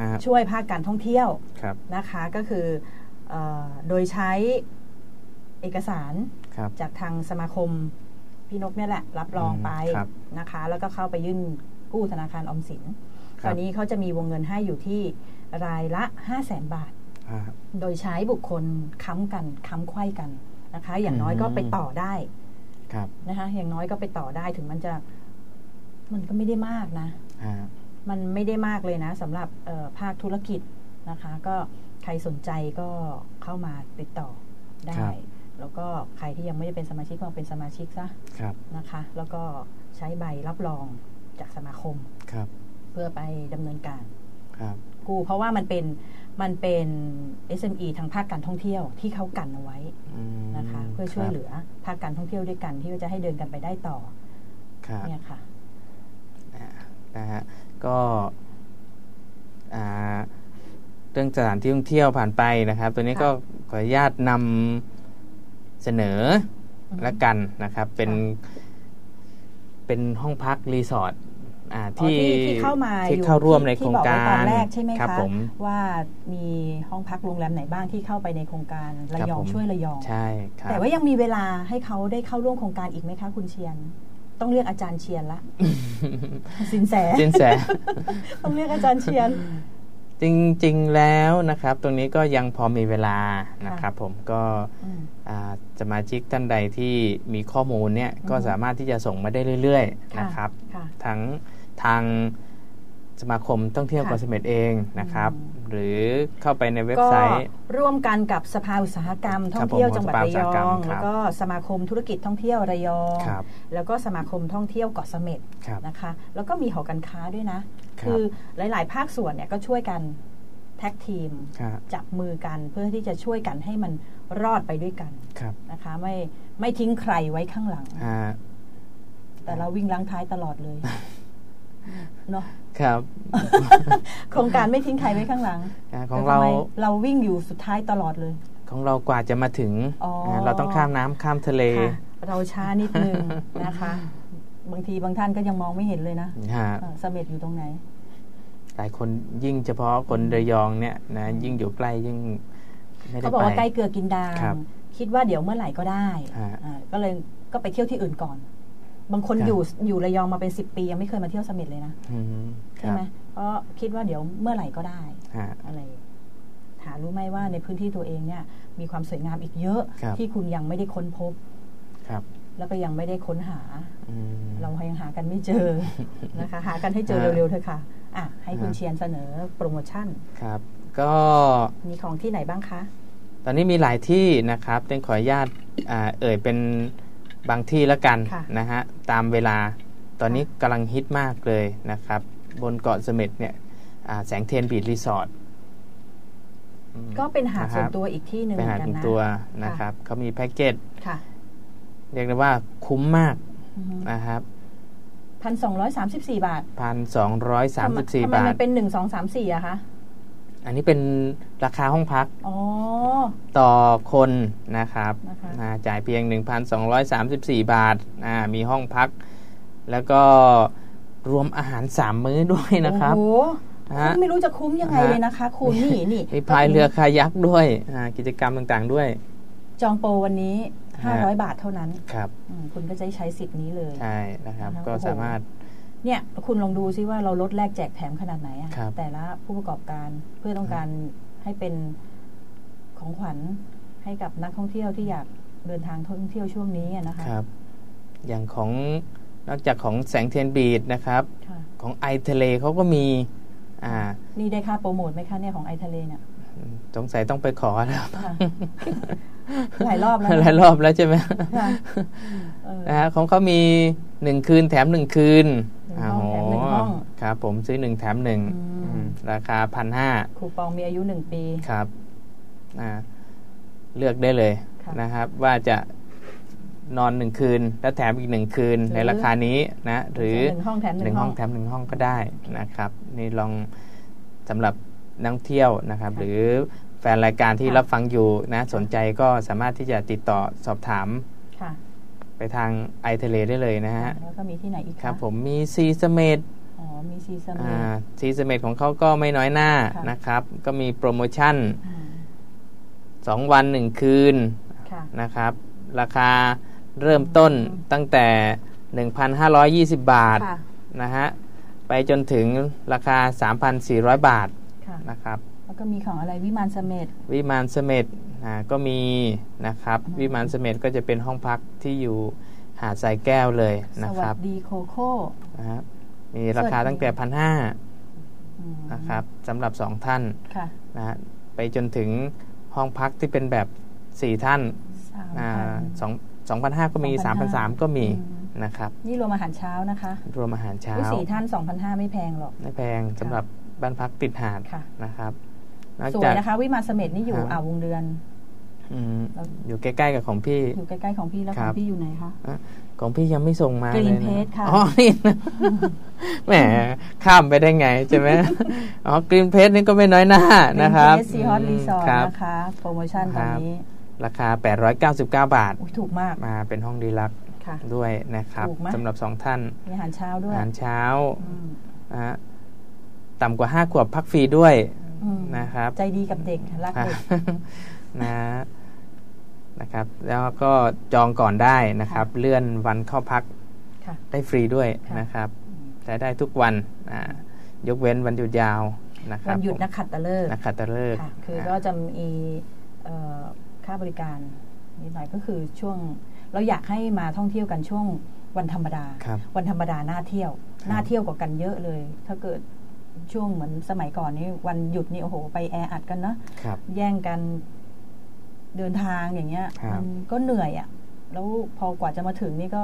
Speaker 2: นะฮะ
Speaker 3: ช่วยภาคการท่องเที่ยว
Speaker 2: ครับ
Speaker 3: นะคะก็คือเออโดยใช้เอกสาร
Speaker 2: ครับ
Speaker 3: จากทางสมาคมพี่นกเนี่ยแหละรับรองไป
Speaker 2: อืมครับ
Speaker 3: นะคะ แล้วก็เข้าไปยื่นกู้ธนาคารออมสิน
Speaker 2: ครับ
Speaker 3: ตอนนี้เขาจะมีวงเงินให้อยู่ที่รายละ 5 0 0แสนบาท
Speaker 2: อ่า
Speaker 3: โดยใช้บุคคลค้ำกันค้ำไขว้กันนะคะ อย่างน้อย
Speaker 2: อืม
Speaker 3: ก็ไปต่อได้
Speaker 2: ครับ
Speaker 3: นะคะ อย่างน้อยก็ไปต่อได้ถึงมันจะมันก็ไม่ได้มากนะ
Speaker 2: อ่า
Speaker 3: มันไม่ได้มากเลยนะสำหรับเอ่อภาคธุรกิจนะคะ ก็ใครสนใจก็เข้ามาติดต่อได้ แล้วก็ใครที่ยังไม่ได้เป็นสมาชิกก็เป็นสมาชิกซะ
Speaker 2: ครับ
Speaker 3: นะคะ แล้วก็ใช้ใบรับรองจากสมาคม
Speaker 2: ครับ
Speaker 3: เพื่อไปดำเนินการ
Speaker 2: ครับ
Speaker 3: กู้เพราะว่ามันเป็นมันเป็น SME ทางภาคการท่องเที่ยวที่เขากันเอาไว้
Speaker 2: อืม
Speaker 3: นะคะ เพื่อช่วยเหลือภาคการท่องเที่ยวด้วยกันที่ว่าจะให้เดินกันไปได้ต่อ
Speaker 2: ครับ
Speaker 3: เนี่ยค่ะ
Speaker 2: นะฮะก็อ่าเรื่องสถานที่ท่องเที่ยวผ่านไปนะครับ ตัวนี้
Speaker 3: ค่ะ
Speaker 2: ก็ขออนุญาตนำเสนอ
Speaker 3: อฮึ
Speaker 2: ละกันนะครับ เป็น
Speaker 3: ค่
Speaker 2: เป็นห้องพักรีสอร์ทอ่า
Speaker 3: อ๋อ
Speaker 2: ที่
Speaker 3: ที่ที่เข้ามา
Speaker 2: ที่
Speaker 3: อยู่
Speaker 2: เข้าร่วม
Speaker 3: ที่
Speaker 2: ในโครงการ
Speaker 3: ที่บอกไว้ตอนแรกใช่ไหม
Speaker 2: ครับ
Speaker 3: คะ
Speaker 2: ผม
Speaker 3: ว่ามีห้องพักโรงแรมไหนบ้างที่เข้าไปในโครงการระ
Speaker 2: ค
Speaker 3: ยอ
Speaker 2: รั
Speaker 3: ง
Speaker 2: บผม
Speaker 3: ช่วยระยอง
Speaker 2: ใช่ครับ
Speaker 3: แต่ว่ายังมีเวลาให้เขาได้เข้าร่วมโครงการอีกไหมคะคุณเชียน ต้องเรียกอาจารย์เชียนละ
Speaker 2: [laughs]
Speaker 3: สินแส
Speaker 2: สินแส
Speaker 3: ต้องเรียกอาจารย์เชียน
Speaker 2: จริงๆแล้วนะครับ ตรงนี้ก็ยังพอมีเวลานะครับผมก็
Speaker 3: อืม
Speaker 2: อ่าสมาชิกท่านใดที่มีข้อมูลเนี่ยก็
Speaker 3: อือฮึ
Speaker 2: สามารถที่จะส่งมาได้เรื่อยๆนะครับ
Speaker 3: ค่ะ
Speaker 2: ทั้งทางสมาคมท่องเที่ยว
Speaker 3: ค่ะ
Speaker 2: เกาะเสม็ดเองนะครับ หรือเข้าไปในเว็บ
Speaker 3: ก็
Speaker 2: ไซต์
Speaker 3: ร่วมกันกับสภาอุตสาหกรรม ท่องเที่ยวจังหวัดระยอง
Speaker 2: ครับผม
Speaker 3: แล้วก็สมาคมธุรกิจท่องเที่ยวระยอง
Speaker 2: ครับ
Speaker 3: แล้วก็สมาคมท่องเที่ยวเกาะเสม็ด
Speaker 2: ครับ
Speaker 3: นะคะแล้วก็มีหอการค้าด้วยนะ
Speaker 2: ครับ
Speaker 3: คือหลาย ๆ ภาคส่วนเนี่ยก็ช่วยกันแท็กทีม
Speaker 2: ครับ
Speaker 3: จับมือกันเพื่อที่จะช่วยกันให้มันรอดไปด้วยกัน
Speaker 2: ครับ
Speaker 3: นะคะไม่ไม่ทิ้งใครไว้ข้างหลัง
Speaker 2: อ่า
Speaker 3: แต่เราวิ่งล้างท้ายตลอดเลยเนาะ
Speaker 2: ครับ
Speaker 3: โครงการไม่ทิ้งใครไว้ข้างหลัง
Speaker 2: อ่าของ
Speaker 3: แต่ทำ
Speaker 2: เรา
Speaker 3: ไมเราวิ่งอยู่สุดท้ายตลอดเลย
Speaker 2: ของเรากว่าจะมาถึง
Speaker 3: อ๋อ
Speaker 2: นะเราต้องข้ามน้ำข้ามทะเล
Speaker 3: ค่ะเราช้านิดนึงนะคะ บางทีบางท่านก็ยังมองไม่เห็นเลยนะ
Speaker 2: ฮะ
Speaker 3: เออเสม็ดอยู่ตรงไหน
Speaker 2: หลายคนยิ่งเฉพาะคนระยองเนี่ยนะยิ่งอยู่ใกล้ยิ่งไม่ได้
Speaker 3: เขาบอกว่าใก
Speaker 2: ไป
Speaker 3: ล้เกลือกินดาง
Speaker 2: ครับ
Speaker 3: คิดว่าเดี๋ยวเมื่อไหร่ก็ได้
Speaker 2: ฮะ
Speaker 3: อ่าก็เลยก็ไปเที่ยวที่อื่นก่อน บางคน
Speaker 2: ครับ
Speaker 3: อยู่อยู่ระยองมาเป็น 10 ปียังไม่เคยมาเที่ยวเสม็ดเลยนะ
Speaker 2: อืมครั
Speaker 3: ใช่
Speaker 2: บ
Speaker 3: ไหมเพราะคิดว่าเดี๋ยวเมื่อไหร่ก็ได้
Speaker 2: ฮะ
Speaker 3: อะไรหารู้ไหมว่าในพื้นที่ตัวเองเนี่ย มีความสวยงามอีกเยอะ
Speaker 2: ครับ
Speaker 3: ที่คุณยังไม่ได้ค้นพบ
Speaker 2: ครับ
Speaker 3: แล้วก็ยังไม่ได้ค้นหา
Speaker 2: อืม
Speaker 3: เรายังหากันไม่เจอ นะคะ หากันให้เจอ
Speaker 2: ฮะ
Speaker 3: เร็วๆเถอะค่ะอ่ะให้คุณเชียนเสนอโปรโมชั่น
Speaker 2: ครับ ก็
Speaker 3: มีของที่ไหนบ้างคะ
Speaker 2: ตอนนี้มีหลายที่นะครับเต้นขออนุญาตอ่าเอ่ยเป็นบางที่ละกัน
Speaker 3: ค่ะ
Speaker 2: นะฮะตามเวลาตอนนี้กำลังฮิตมากเลยนะครับ บนเกาะเสม็ดเนี่ยอ่าแสงเทียนบีดรีสอร์ทอืม
Speaker 3: ก็เป็นหาด
Speaker 2: นะครับ
Speaker 3: ส่วนตัวอีกที่หนึ่ง
Speaker 2: เป็น
Speaker 3: เหมื
Speaker 2: หา
Speaker 3: อ
Speaker 2: ด
Speaker 3: นกัน
Speaker 2: เป็น
Speaker 3: นะ
Speaker 2: ตัวนะครับเขามีแพ็กเกจ
Speaker 3: ค่ะ
Speaker 2: เรียกได้ว่าคุ้มมากนะครับ
Speaker 3: พันสองร้อยสามสิบสี่บาท
Speaker 2: พันสองร้อยสามสิบสี่
Speaker 3: ทำไม
Speaker 2: บา
Speaker 3: มั
Speaker 2: ท
Speaker 3: นเป็นหนึ่งสองสามสี่อะคะ
Speaker 2: อันนี้เป็นราคาห้องพัก
Speaker 3: อ๋อ
Speaker 2: ต่อคนนะครับ
Speaker 3: นะคะ
Speaker 2: อ่าจ่ายเพียง 1,234 บาทอ่ามีห้องพัก แล้วก็รวมอาหาร 3 มื้อด้วยนะครับ
Speaker 3: โอ้โห
Speaker 2: ฮะ
Speaker 3: คุ้มไม่รู้จะคุ้มยังไง
Speaker 2: ฮะ
Speaker 3: เลยนะคะ คุณนี่นี่
Speaker 2: มีพายเรือคายักด้วยอ่ากิจกรรมต่างๆด้วย
Speaker 3: จองโปรวันนี้
Speaker 2: ฮะ
Speaker 3: 500 บาทเท่านั้น
Speaker 2: ครับ
Speaker 3: อืมคุณก็จะใช้สิทธิ์นี้เลย
Speaker 2: ใช่นะครับ
Speaker 3: นะคะ
Speaker 2: ก็สามารถ
Speaker 3: เนี่ยคุณลองดูซิว่าเราลดแลกแจกแถมขนาดไหนอะ
Speaker 2: ครับ
Speaker 3: แต่ละผู้ประกอบการเพื่อต้องการให้เป็นของขวัญให้กับนักท่องเที่ยวที่อยากเดินทางท่องเที่ยวช่วงนี้อะนะคะ
Speaker 2: ครับ อย่างของนอกจากของแสงเทียนบีดนะครับ
Speaker 3: ค่ะ
Speaker 2: ของไอทะเลเขาก็มีอ่า
Speaker 3: นี่ได้ค่าโปรโมทไหมคะเนี่ยของไอทะเลเนี่ย
Speaker 2: สงสัยต้องไปขอแล้ว
Speaker 3: ค่ะหลายรอบแล้ว
Speaker 2: หลายรอบแล้วใช่
Speaker 3: [laughs]
Speaker 2: ไหม
Speaker 3: ค่ะเออ
Speaker 2: นะฮะของเขามี 1 คืนแถม 1 คืน
Speaker 3: หนึ่งห้องแถมหนึ่งห้อง
Speaker 2: ครับ ผมซื้อ 1 แถม
Speaker 3: อืม
Speaker 2: 1 ราคาพันห้า
Speaker 3: คูปองมีอายุหนึ่งปี
Speaker 2: ครับอ่าเลือกได้เลย
Speaker 3: ค่ะ
Speaker 2: นะครับ ว่าจะนอน 1 คืน และแถมอีก 1 คืน
Speaker 3: หรือ
Speaker 2: ในราคานี้นะ หรือ
Speaker 3: หนึ่งห้องแถม
Speaker 2: ห
Speaker 3: หนึ่
Speaker 2: นึ่ง
Speaker 3: งห้
Speaker 2: ห้
Speaker 3: อ
Speaker 2: อง งแถมหนึ่งห้องก็ได้นะครับ นี่ลองสำหรับนักท่องเที่ยวนะครับ
Speaker 3: ค่ะ
Speaker 2: หรือแฟนรายการที่
Speaker 3: ค่ะ
Speaker 2: รับฟังอยู่นะสนใจก็สามารถที่จะติดต่อสอบถาม
Speaker 3: ค่ะ
Speaker 2: ไปทางไอเทเลได้เลยนะฮะ
Speaker 3: แล้วก็มีที่ไหนอีกะ
Speaker 2: ครับผมมีซีสเมด
Speaker 3: อ๋อมีซีซัม
Speaker 2: อ่าซีสเมดของเขาก็ไม่น้อยหน้านะครับ ก็มีโปรโมชั่น 2 วัน 1 คืน
Speaker 3: ค่ะ
Speaker 2: นะครับ ราคาเริ่มต้นตั้งแต่ 1,520 บาท
Speaker 3: ค่ะ
Speaker 2: นะฮะ ไปจนถึงราคา 3,400 บาท
Speaker 3: ค่ะ
Speaker 2: นะครับ
Speaker 3: แล้วก็มีของอะไรวิมานเสเมด
Speaker 2: วิมานเสม็ดอ่าก็มีนะครับ วิมานเสม็ดก็จะเป็นห้องพักที่อยู่หาดทรายแก้วเลย
Speaker 3: ส
Speaker 2: นะค
Speaker 3: วั
Speaker 2: รับ
Speaker 3: สดีโคโค่
Speaker 2: นะครับมีราคาตั้งแต่พันห้า นะครับสำหรับสองท่าน
Speaker 3: ค่ะ
Speaker 2: นะฮะไปจนถึงห้องพักที่เป็นแบบ 4 ท่าน
Speaker 3: สาม
Speaker 2: อ่า
Speaker 3: พัน
Speaker 2: สองสองพันห้าก็มี
Speaker 3: 2,500
Speaker 2: สามพันสามก็มีนะครับ
Speaker 3: นี่รวมอาหารเช้านะคะ
Speaker 2: รวมอาหารเช้า
Speaker 3: ผู้สี่ท่าน 2,500 ไม่แพงหรอก
Speaker 2: ไม่แพงสำหรับบ้านพักติดหาด
Speaker 3: ค่ะ
Speaker 2: นะครับนอก
Speaker 3: สว
Speaker 2: จาย ก
Speaker 3: นะคะวิมานเสเม็ดนี่อยู่
Speaker 2: ครับ
Speaker 3: อ่าววงเดือน
Speaker 2: อืมอยู่ใกล้ๆกับของพี่
Speaker 3: อยู่ใกล้ๆของพี่แล้วข
Speaker 2: ค
Speaker 3: อ
Speaker 2: รั
Speaker 3: ง
Speaker 2: บ
Speaker 3: พี่อยู่ไหนคะ
Speaker 2: ของพี่ยังไม่ส่งมาเลยนะ
Speaker 3: Greenpeace ค่ะ
Speaker 2: อ๋อ [laughs] นี่นะแหมข้ามไปได้ไงใช่ไหมอ๋อกรีนเพจนี่ก็ไม่น้อยหน้านะครับ
Speaker 3: ซีฮอตรีสอร์ท
Speaker 2: ครับ
Speaker 3: นะคะ โปรโมชั่นตอนนี้
Speaker 2: ราคา 899 บาท
Speaker 3: อุ๊ยถูกมาก
Speaker 2: มาเป็นห้องดีลักซ์
Speaker 3: ค่ะ
Speaker 2: ด้วยนะครับ
Speaker 3: ถูกไหม
Speaker 2: สำหรับสองท่าน
Speaker 3: มีอาหารเช้าด้ว
Speaker 2: อาย หารเช้า
Speaker 3: อืม
Speaker 2: นะฮะต่ำกว่า 5 ขวบพักฟรีด้วย
Speaker 3: อืม
Speaker 2: นะครับ
Speaker 3: ใจดีกับเด็กค่ะรักเด็ก
Speaker 2: นะนะครับ แล้วก็จองก่อนได้นะครับ เลื่อนวันเข้าพัก
Speaker 3: ค่ะ
Speaker 2: ได้ฟรีด้วย
Speaker 3: ค่ะ
Speaker 2: นะครับใช้ได้ทุกวันอ่ายกเว้นวันหยุดยาวนะครั
Speaker 3: วั
Speaker 2: บ
Speaker 3: นหยุด
Speaker 2: ผม
Speaker 3: นักขัตฤกษ์
Speaker 2: นักขัตฤกษ์
Speaker 3: ค่ะคือ
Speaker 2: นะ
Speaker 3: ก็จะมีเอ่อค่าบริการนิดหน่อยก็คือช่วงเราอยากให้มาท่องเที่ยวกันช่วงวันธรรมดา
Speaker 2: ครับ
Speaker 3: วันธรรมดาน่าเที่ยว
Speaker 2: ครับ
Speaker 3: น่าเที่ยวกว่ากันเยอะเลย ถ้าเกิดช่วงเหมือนสมัยก่อนนี่วันหยุดนี่โอ้โห ไปแออัดกันเนอะ
Speaker 2: ครับ
Speaker 3: แย่งกันเดินทางอย่างเงี้ย
Speaker 2: ครับ
Speaker 3: มันก็เหนื่อยอะ่ะ แล้วพอกว่าจะมาถึงนี่ก็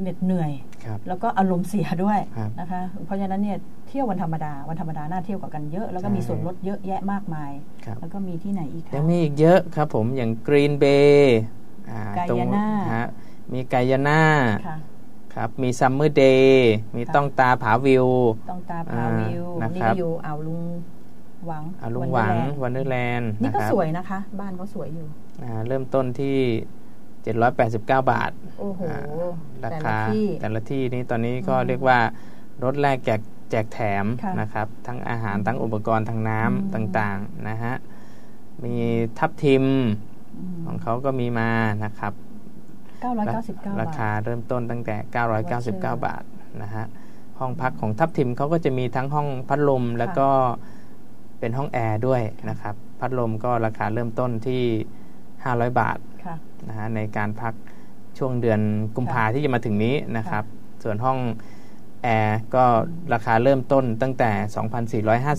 Speaker 3: เหน็ดเหนื่อย
Speaker 2: ครับ
Speaker 3: แล้วก็อารมณ์เสียด้วย
Speaker 2: ครับ
Speaker 3: นะคะ เพราะฉะนั้นเนี่ยเที่ยววันธรรมดาวันธรรมดาน่าเที่ยวกว่ากันเยอะ แล้วก็มี
Speaker 2: ใช่
Speaker 3: ส่วนลดเยอะแยะมากมาย
Speaker 2: ครับ
Speaker 3: แล้วก็มีที่ไหนอีกคะ
Speaker 2: ยังมีอีกเยอะครับผมอย่างกรีนเบย์
Speaker 3: กายาน่า
Speaker 2: ฮะมีกายาน่า
Speaker 3: ค่ะ
Speaker 2: ครับมีซัมเมอร์เดย์มี
Speaker 3: ค่ะ
Speaker 2: ต้องตาผาวิว
Speaker 3: ต้องตาพาวิว
Speaker 2: อ่า
Speaker 3: นี่
Speaker 2: นะครับ
Speaker 3: ก็อยู่อ่าวลุงหวัง
Speaker 2: อาลุงหวัง
Speaker 3: วัน
Speaker 2: วันเดอร์แลนด์
Speaker 3: นี่
Speaker 2: นะ
Speaker 3: ก็
Speaker 2: ครับ
Speaker 3: สวยนะคะ บ้านก็สวยอยู่
Speaker 2: อ่าเริ่มต้นที่ 789 บาท
Speaker 3: โอ้โห
Speaker 2: อ่ารา
Speaker 3: แต่
Speaker 2: คา
Speaker 3: ละที่
Speaker 2: แต่ละที่นี่ตอนนี้ก็
Speaker 3: อืม
Speaker 2: เรียกว่ารถแรกแจกแจกแถม
Speaker 3: ค่ะ
Speaker 2: นะครับ ทั้งอาหารทั้งอุปกรณ์ทั้งน้
Speaker 3: อืม
Speaker 2: ำต่างๆนะฮะมีทับทิม
Speaker 3: อืม
Speaker 2: ของเขาก็มีมานะครับ
Speaker 3: 999 บา
Speaker 2: ราคา
Speaker 3: ท
Speaker 2: เริ่มต้นตั้งแต่ 999
Speaker 3: Voucher
Speaker 2: บาทนะฮะ ห้องพักของทับทิมเขาก็จะมีทั้งห้องพัดลมแล้วก็เป็นห้องแอร์ด้วยนะครับ พัดลมก็ราคาเริ่มต้นที่ 500 บาท
Speaker 3: ค่ะ
Speaker 2: นะฮะในการพักช่วงเดือนกุมภาที่จะมาถึงนี้นะครับ ส่วนห้องแอร์ก็ราคาเริ่มต้นตั้งแต่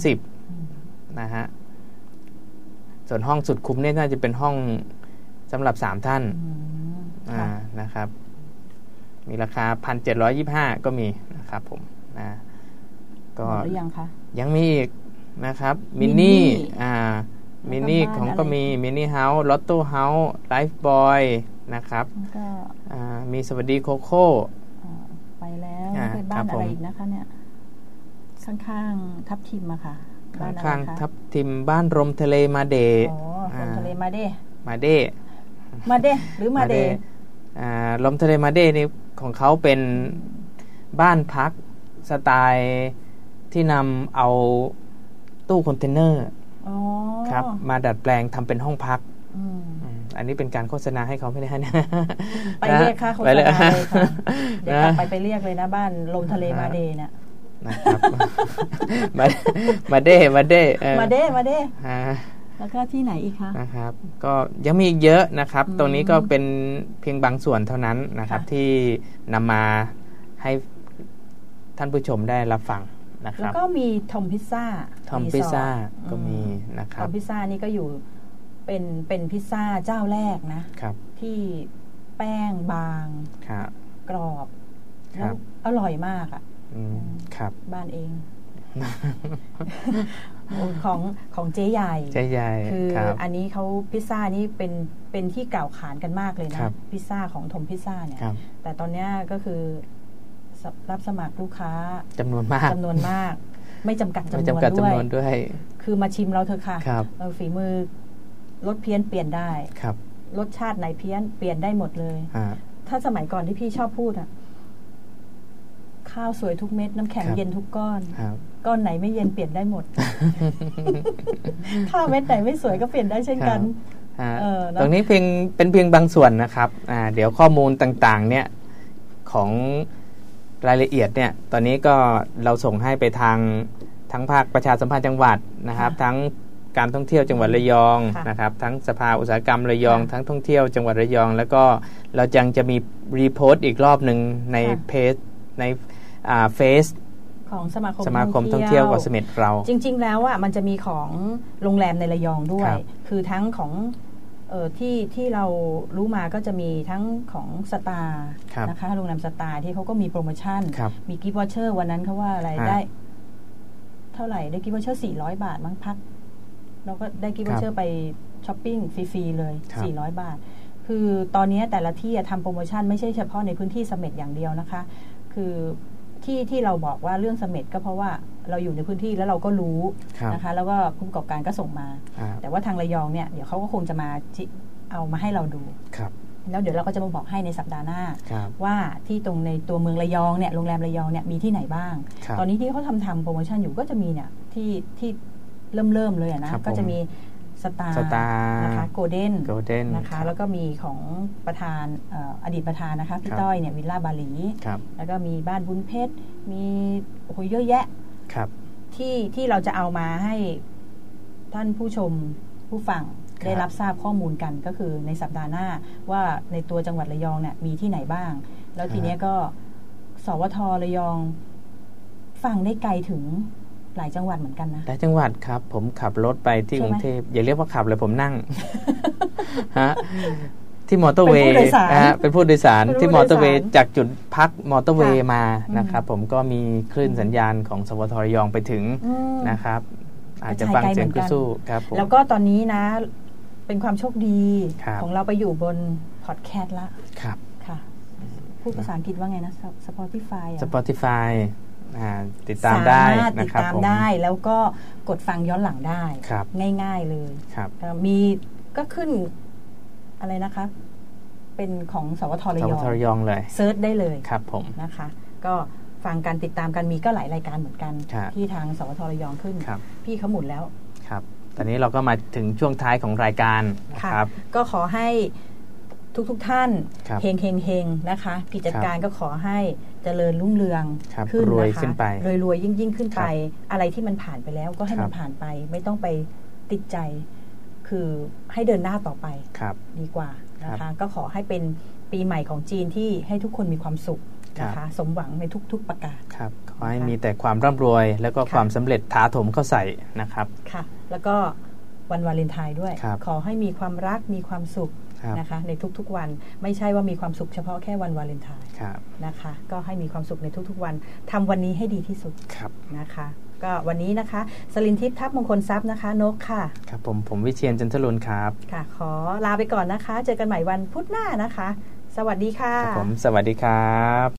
Speaker 2: 2,450 นะฮะส่วนห้องสุดคุ้มเนี่ยน่าจะเป็นห้องสำหรับสามท่าน
Speaker 3: อืม
Speaker 2: อ่า
Speaker 3: ค่ะ
Speaker 2: นะครับ มีราคาพันเจ็ดร้อยี่ห้าก็มีนะครับผมนะก็
Speaker 3: หมดหรือยังคะ
Speaker 2: ยังมีอีกนะครับมิน
Speaker 3: Mini
Speaker 2: นี่อ่ามินนี่ข
Speaker 3: แล้วก็บ้าน
Speaker 2: องก็
Speaker 3: อะไร
Speaker 2: มีมินนี่เฮาส์ลอตโต้เฮาส์ไลฟ์บอยนะครับ
Speaker 3: แล้วก็
Speaker 2: อ่ามีสวัสดีโคโค่
Speaker 3: อ่าไปแล้ว
Speaker 2: อ่า
Speaker 3: ไป
Speaker 2: ค
Speaker 3: บ้าน
Speaker 2: รับ
Speaker 3: อะไร
Speaker 2: ผม
Speaker 3: อีกนะคะ เนี่ย ข้างๆทับทิมอะค่ะบ้นอะไร
Speaker 2: ข้าง
Speaker 3: คะ
Speaker 2: ๆทับทิมบ้านรมทะเลมาเดะ
Speaker 3: อ๋อลมทะเลมาเด้
Speaker 2: มาเด้
Speaker 3: มาเด้หรือมาเด้
Speaker 2: อ่าลมทะเลมาเดะนี่ของเขาเป็นบ้านพักสไตล์ที่นำเอาตู้คอนเทนเนอร์
Speaker 3: อ๋อ
Speaker 2: ครับมาดัดแปลงทำเป็นห้องพัก
Speaker 3: อืม
Speaker 2: อืมอันนี้เป็นการโฆษณาให้เขาไม่ได้นะ
Speaker 3: [laughs] ไปเรียกค่าโฆษณาเลยค่ะ
Speaker 2: [laughs]
Speaker 3: เดี๋ยวกลั
Speaker 2: นะ
Speaker 3: บไปไปเรียกเลยนะบ้านลมทะเลมาเดเนี่ย
Speaker 2: นะครับ [laughs] มามาเด้มาเด้ออ
Speaker 3: มาเด้มาเด้
Speaker 2: อ่า
Speaker 3: แล้วก็ที่ไหนอีกคะ
Speaker 2: นะครับ ก็ยังมีอีกเยอะนะครับ ตรงนี้ก็เป็นเพียงบางส่วนเท่านั้นนะครับ
Speaker 3: ค่ะ
Speaker 2: ที่นำมาให้ท่านผู้ชมได้รับฟังนะค
Speaker 3: แล้
Speaker 2: รั
Speaker 3: ว
Speaker 2: บ
Speaker 3: ก็มีทอมพิซซ่า
Speaker 2: ทอม
Speaker 3: รีสอร์ท
Speaker 2: พิซซ่าก็มี
Speaker 3: อื
Speaker 2: นะค
Speaker 3: ท
Speaker 2: รั
Speaker 3: อบ มพิซซ่านี่ก็อยู่เป็นเป็นพิซซ่าเจ้าแรกนะ
Speaker 2: ครับ
Speaker 3: ที่แป้งบาง
Speaker 2: ครับ
Speaker 3: กรอบ
Speaker 2: ครั
Speaker 3: แล้ว
Speaker 2: บ
Speaker 3: อร่อยมากอ่ะ
Speaker 2: อืมครับ
Speaker 3: บ้านเอง
Speaker 2: [laughs]
Speaker 3: ของของเจ๊ใหญ่
Speaker 2: ใจใหญ่
Speaker 3: คือ
Speaker 2: ครับ
Speaker 3: อันนี้เขาพิซซ่านี่เป็นเป็นที่กล่าวขานกันมากเลยนะ
Speaker 2: ครับ
Speaker 3: พิซซ่าของทมพิซซ่าเนี่ย
Speaker 2: ครับ
Speaker 3: แต่ตอนเนี้ยก็คือสรับสมัครลูกค้า
Speaker 2: จำนวนมาก
Speaker 3: จำนวนมาก ไม่จำกัดจำ
Speaker 2: ไม่
Speaker 3: นวน
Speaker 2: จำกัด
Speaker 3: ด้
Speaker 2: จำ
Speaker 3: วย
Speaker 2: นวนด้วย
Speaker 3: คือมาชิมเราเถอะค่ะ
Speaker 2: ครับ
Speaker 3: เออฝีมือรสเพี้ยนเปลี่ยนได้
Speaker 2: ครับ
Speaker 3: รสชาติไหนเพี้ยนเปลี่ยนได้หมดเลย
Speaker 2: ฮะ
Speaker 3: ถ้าสมัยก่อนที่พี่ชอบพูดอะข้าวสวยทุกเม็ดน้ำแข็ง
Speaker 2: ครับ
Speaker 3: เย็นทุกก้อน
Speaker 2: ครับ
Speaker 3: ก้อนไหนไม่เย็นเปลี่ยนได้
Speaker 2: [laughs]
Speaker 3: หมด ข้าวเม็ดไหนไม่สวยก็เปลี่ยนได้เช่นกัน
Speaker 2: ครับ ฮะ
Speaker 3: เออเนอะ
Speaker 2: ตรงนี้เพียงเป็นเพียงบางส่วนนะครับอ่าเดี๋ยวข้อมูลต่างๆ เนี่ยของรายละเอียดเนี่ย ตอนนี้ก็เราส่งให้ไปทางทั้งภาคประชาสัมพันธ์จังหวัดนะครับ
Speaker 3: ค่ะ
Speaker 2: ทั้งการท่องเที่ยวจังหวัดระยอง
Speaker 3: ค่ะ
Speaker 2: นะครับ ทั้งสภาอุตสาหกรรมระยอง
Speaker 3: ค่ะ
Speaker 2: ทั้งท่องเที่ยวจังหวัดระยอง แล้วก็เราจังจะมีรีโพสต์อีกรอบหนึ่งใน
Speaker 3: ค่ะ
Speaker 2: เพจในเฟซ
Speaker 3: ของสมาคม
Speaker 2: สมาคมท่องเที่ยวเกาะเสม็ดเรา
Speaker 3: จริง ๆ แล้วอ่ะมันจะมีของโรงแรมในระยองด้วย
Speaker 2: ครับ
Speaker 3: คือทั้งของเออที่ที่เรารู้มาก็จะมีทั้งของสตาร์
Speaker 2: ครับ
Speaker 3: นะคะโรงแรมสตาร์ที่เขาก็มีโปรโมชั่น
Speaker 2: ครับ
Speaker 3: มีกิฟต์วอเชอร์วันนั้นเขาว่าอะไร
Speaker 2: ฮะ
Speaker 3: ได้ เท่าไหร่ได้กิฟต์วอเชอร์400 บาทมั้งพักเราก็ได้กิฟต์
Speaker 2: ควรั
Speaker 3: อบ เชอร์ไปช้อปปิ้งฟรีๆเลย
Speaker 2: ครับ
Speaker 3: 400 บาท คือตอนนี้แต่ละที่อะทำโปรโมชั่นไม่ใช่เฉพาะในพื้นที่เสม็ดอย่างเดียวนะคะ คือที่ที่เราบอกว่าเรื่องเสม็ดก็เพราะว่าเราอยู่ในพื้นที่แล้วเราก็รู้
Speaker 2: ครับ
Speaker 3: นะคะ แล้วก็ผู้ประกอบการก็ส่งมา
Speaker 2: อ่า
Speaker 3: แต่ว่าทางระยองเนี่ยเดี๋ยวเขาก็คงจะมาจิเอามาให้เราดู
Speaker 2: ครับ
Speaker 3: แล้วเดี๋ยวเราก็จะมาบอกให้ในสัปดาห์หน้า
Speaker 2: ครับ
Speaker 3: ว่าที่ตรงในตัวเมืองระยองเนี่ยโรงแรมระยองเนี่ยมีที่ไหนบ้าง
Speaker 2: ครับ
Speaker 3: ตอนนี้ที่เขาทำทำโปรโมชั่นอยู่ก็จะมีเนี่ยที่ที่เริ่มเริ่มๆเลยอะนะครับ
Speaker 2: ผม
Speaker 3: ก็จะมีสตาร์
Speaker 2: Star
Speaker 3: นะคะโกลเด้น
Speaker 2: Golden
Speaker 3: นะ
Speaker 2: ครั
Speaker 3: คะ
Speaker 2: บ
Speaker 3: แล้วก็มีของประธานเอ่ออดีตประธานนะคะพี่
Speaker 2: ครับ
Speaker 3: ต้อยเนี่ยวิลล่าบาหลี
Speaker 2: ครับ
Speaker 3: แล้วก็มีบ้านบุญเพชร มีโอ้โหเยอะแยะ
Speaker 2: ครับ
Speaker 3: ที่ที่เราจะเอามาให้ท่านผู้ชมผู้ฟังได้รับทราบข้อมูลกันก็คือในสัปดาห์หน้าว่าในตัวจังหวัดระยองเนี่ยมีที่ไหนบ้าง แล้วทีเนี้ยก็สวทระยองฟังได้ไกลถึงหลายจังหวัดเหมือนกันนะ
Speaker 2: หลายจังหวัดครับ ผมขับรถไปที่ก
Speaker 3: ใช่ไหม
Speaker 2: รุงเทพอย่าเรียกว่าขับเลยผม
Speaker 3: [laughs]
Speaker 2: นั่งฮะที่มอเตอร์เว
Speaker 3: เป็น
Speaker 2: ย์
Speaker 3: ผู้โดยสาร
Speaker 2: นะฮะเป็นผู้โดยสาร
Speaker 3: เป็นผู้
Speaker 2: ที่มอเตอร์เวย์
Speaker 3: โดยสาร
Speaker 2: จากจุดพักมอเตอร์เวย์
Speaker 3: ค่ะ
Speaker 2: มา
Speaker 3: อืม
Speaker 2: นะครับ ผมก็มีคลื่นสัญญาณของสวทระยองไปถึง
Speaker 3: อืม
Speaker 2: นะครับ อาจจะ
Speaker 3: ก็
Speaker 2: ฟัง
Speaker 3: ใช้ไกล
Speaker 2: เสียง
Speaker 3: เหมื
Speaker 2: กุ
Speaker 3: อนกัน
Speaker 2: สู้ครับผม
Speaker 3: แล้วก็ตอนนี้นะ เป็นความโชคดี
Speaker 2: ครับ
Speaker 3: ของเราไปอยู่บนพอดแคสต์ละ
Speaker 2: ครับ
Speaker 3: ค่ะพูดภาษาอังกฤษว่าไงนะ Sp- Spotify อะ
Speaker 2: Spotify อ่าติดตามได้
Speaker 3: สรถติ
Speaker 2: นะ
Speaker 3: ด
Speaker 2: ครับ
Speaker 3: ตาม
Speaker 2: ผม
Speaker 3: ได้แล้วก็กดฟังย้อนหลังได้
Speaker 2: ครับ
Speaker 3: ง่ายๆเลย
Speaker 2: ครับ
Speaker 3: เอ่อมีก็ขึ้นอะไรนะคะ เป็นของสวทระ
Speaker 2: ส
Speaker 3: ยว อง
Speaker 2: ทระยองเลย
Speaker 3: เซิร์ชได้เลย
Speaker 2: ครับผม
Speaker 3: นะคะ ก็ฟังการติดตามกันมีก็หลายรายการเหมือนกัน
Speaker 2: ครับ
Speaker 3: ที่ทางสวทระยองขึ้น
Speaker 2: ครับ
Speaker 3: พี่เขาหมุนแล้ว
Speaker 2: ครับ ตอนนี้เราก็มาถึงช่วงท้ายของรายการนะ
Speaker 3: ค่ะ
Speaker 2: ครับ
Speaker 3: ก็ขอให้ทุกๆทท่าน
Speaker 2: ครับ
Speaker 3: เฮงเฮงเฮงนะคะ กิจการก็ขอให้เจริญรุ่งเรือง
Speaker 2: ครับ
Speaker 3: ขึ้น
Speaker 2: รวย
Speaker 3: นะคะ
Speaker 2: ขึ้นไป
Speaker 3: รวยรวยยิ่งยิ่งขึ้นไป
Speaker 2: ค
Speaker 3: อะไรที่มันผ่านไปแล้วก็ให้
Speaker 2: ครั
Speaker 3: มั
Speaker 2: บ
Speaker 3: นผ่านไป ไม่ต้องไปติดใจ คือให้เดินหน้าต่อไป
Speaker 2: ครับ
Speaker 3: ดีกว่า
Speaker 2: ค
Speaker 3: นะ
Speaker 2: รั
Speaker 3: คะ
Speaker 2: บ
Speaker 3: ก็ขอให้เป็นปีใหม่ของจีนที่ให้ทุกคนมีความสุข
Speaker 2: ครับ
Speaker 3: นะคะสมหวังในทุก ๆ ประการ
Speaker 2: ครับขอให้มีแต่ความร่ำรวย แล้วก็
Speaker 3: ค่ะ
Speaker 2: ความสำเร็จถาโถมเข้าใส่นะครับ
Speaker 3: ค่ะ แล้วก็วันวาเลนไทน์ด้วย
Speaker 2: ครับ
Speaker 3: ขอให้มีความรักมีความสุข
Speaker 2: ครับ
Speaker 3: นะคะ ในทุกๆวันไม่ใช่ว่ามีความสุขเฉพาะแค่วันวาเลนไทน์
Speaker 2: ครับ
Speaker 3: นะคะ ก็ให้มีความสุขในทุกๆวันทำวันนี้ให้ดีที่สุด
Speaker 2: ครับ
Speaker 3: นะคะ ก็วันนี้นะคะสลินทิพย์ทัพมงคลทรัพย์นะคะนกค่ะ
Speaker 2: ครับผมผมวิเชียนจันทรุนครับ
Speaker 3: ค่ะ ขอลาไปก่อนนะคะ เจอกันใหม่วันพุธหน้านะคะ สวัสดีค่ะ
Speaker 2: ครับผมสวัสดีครับ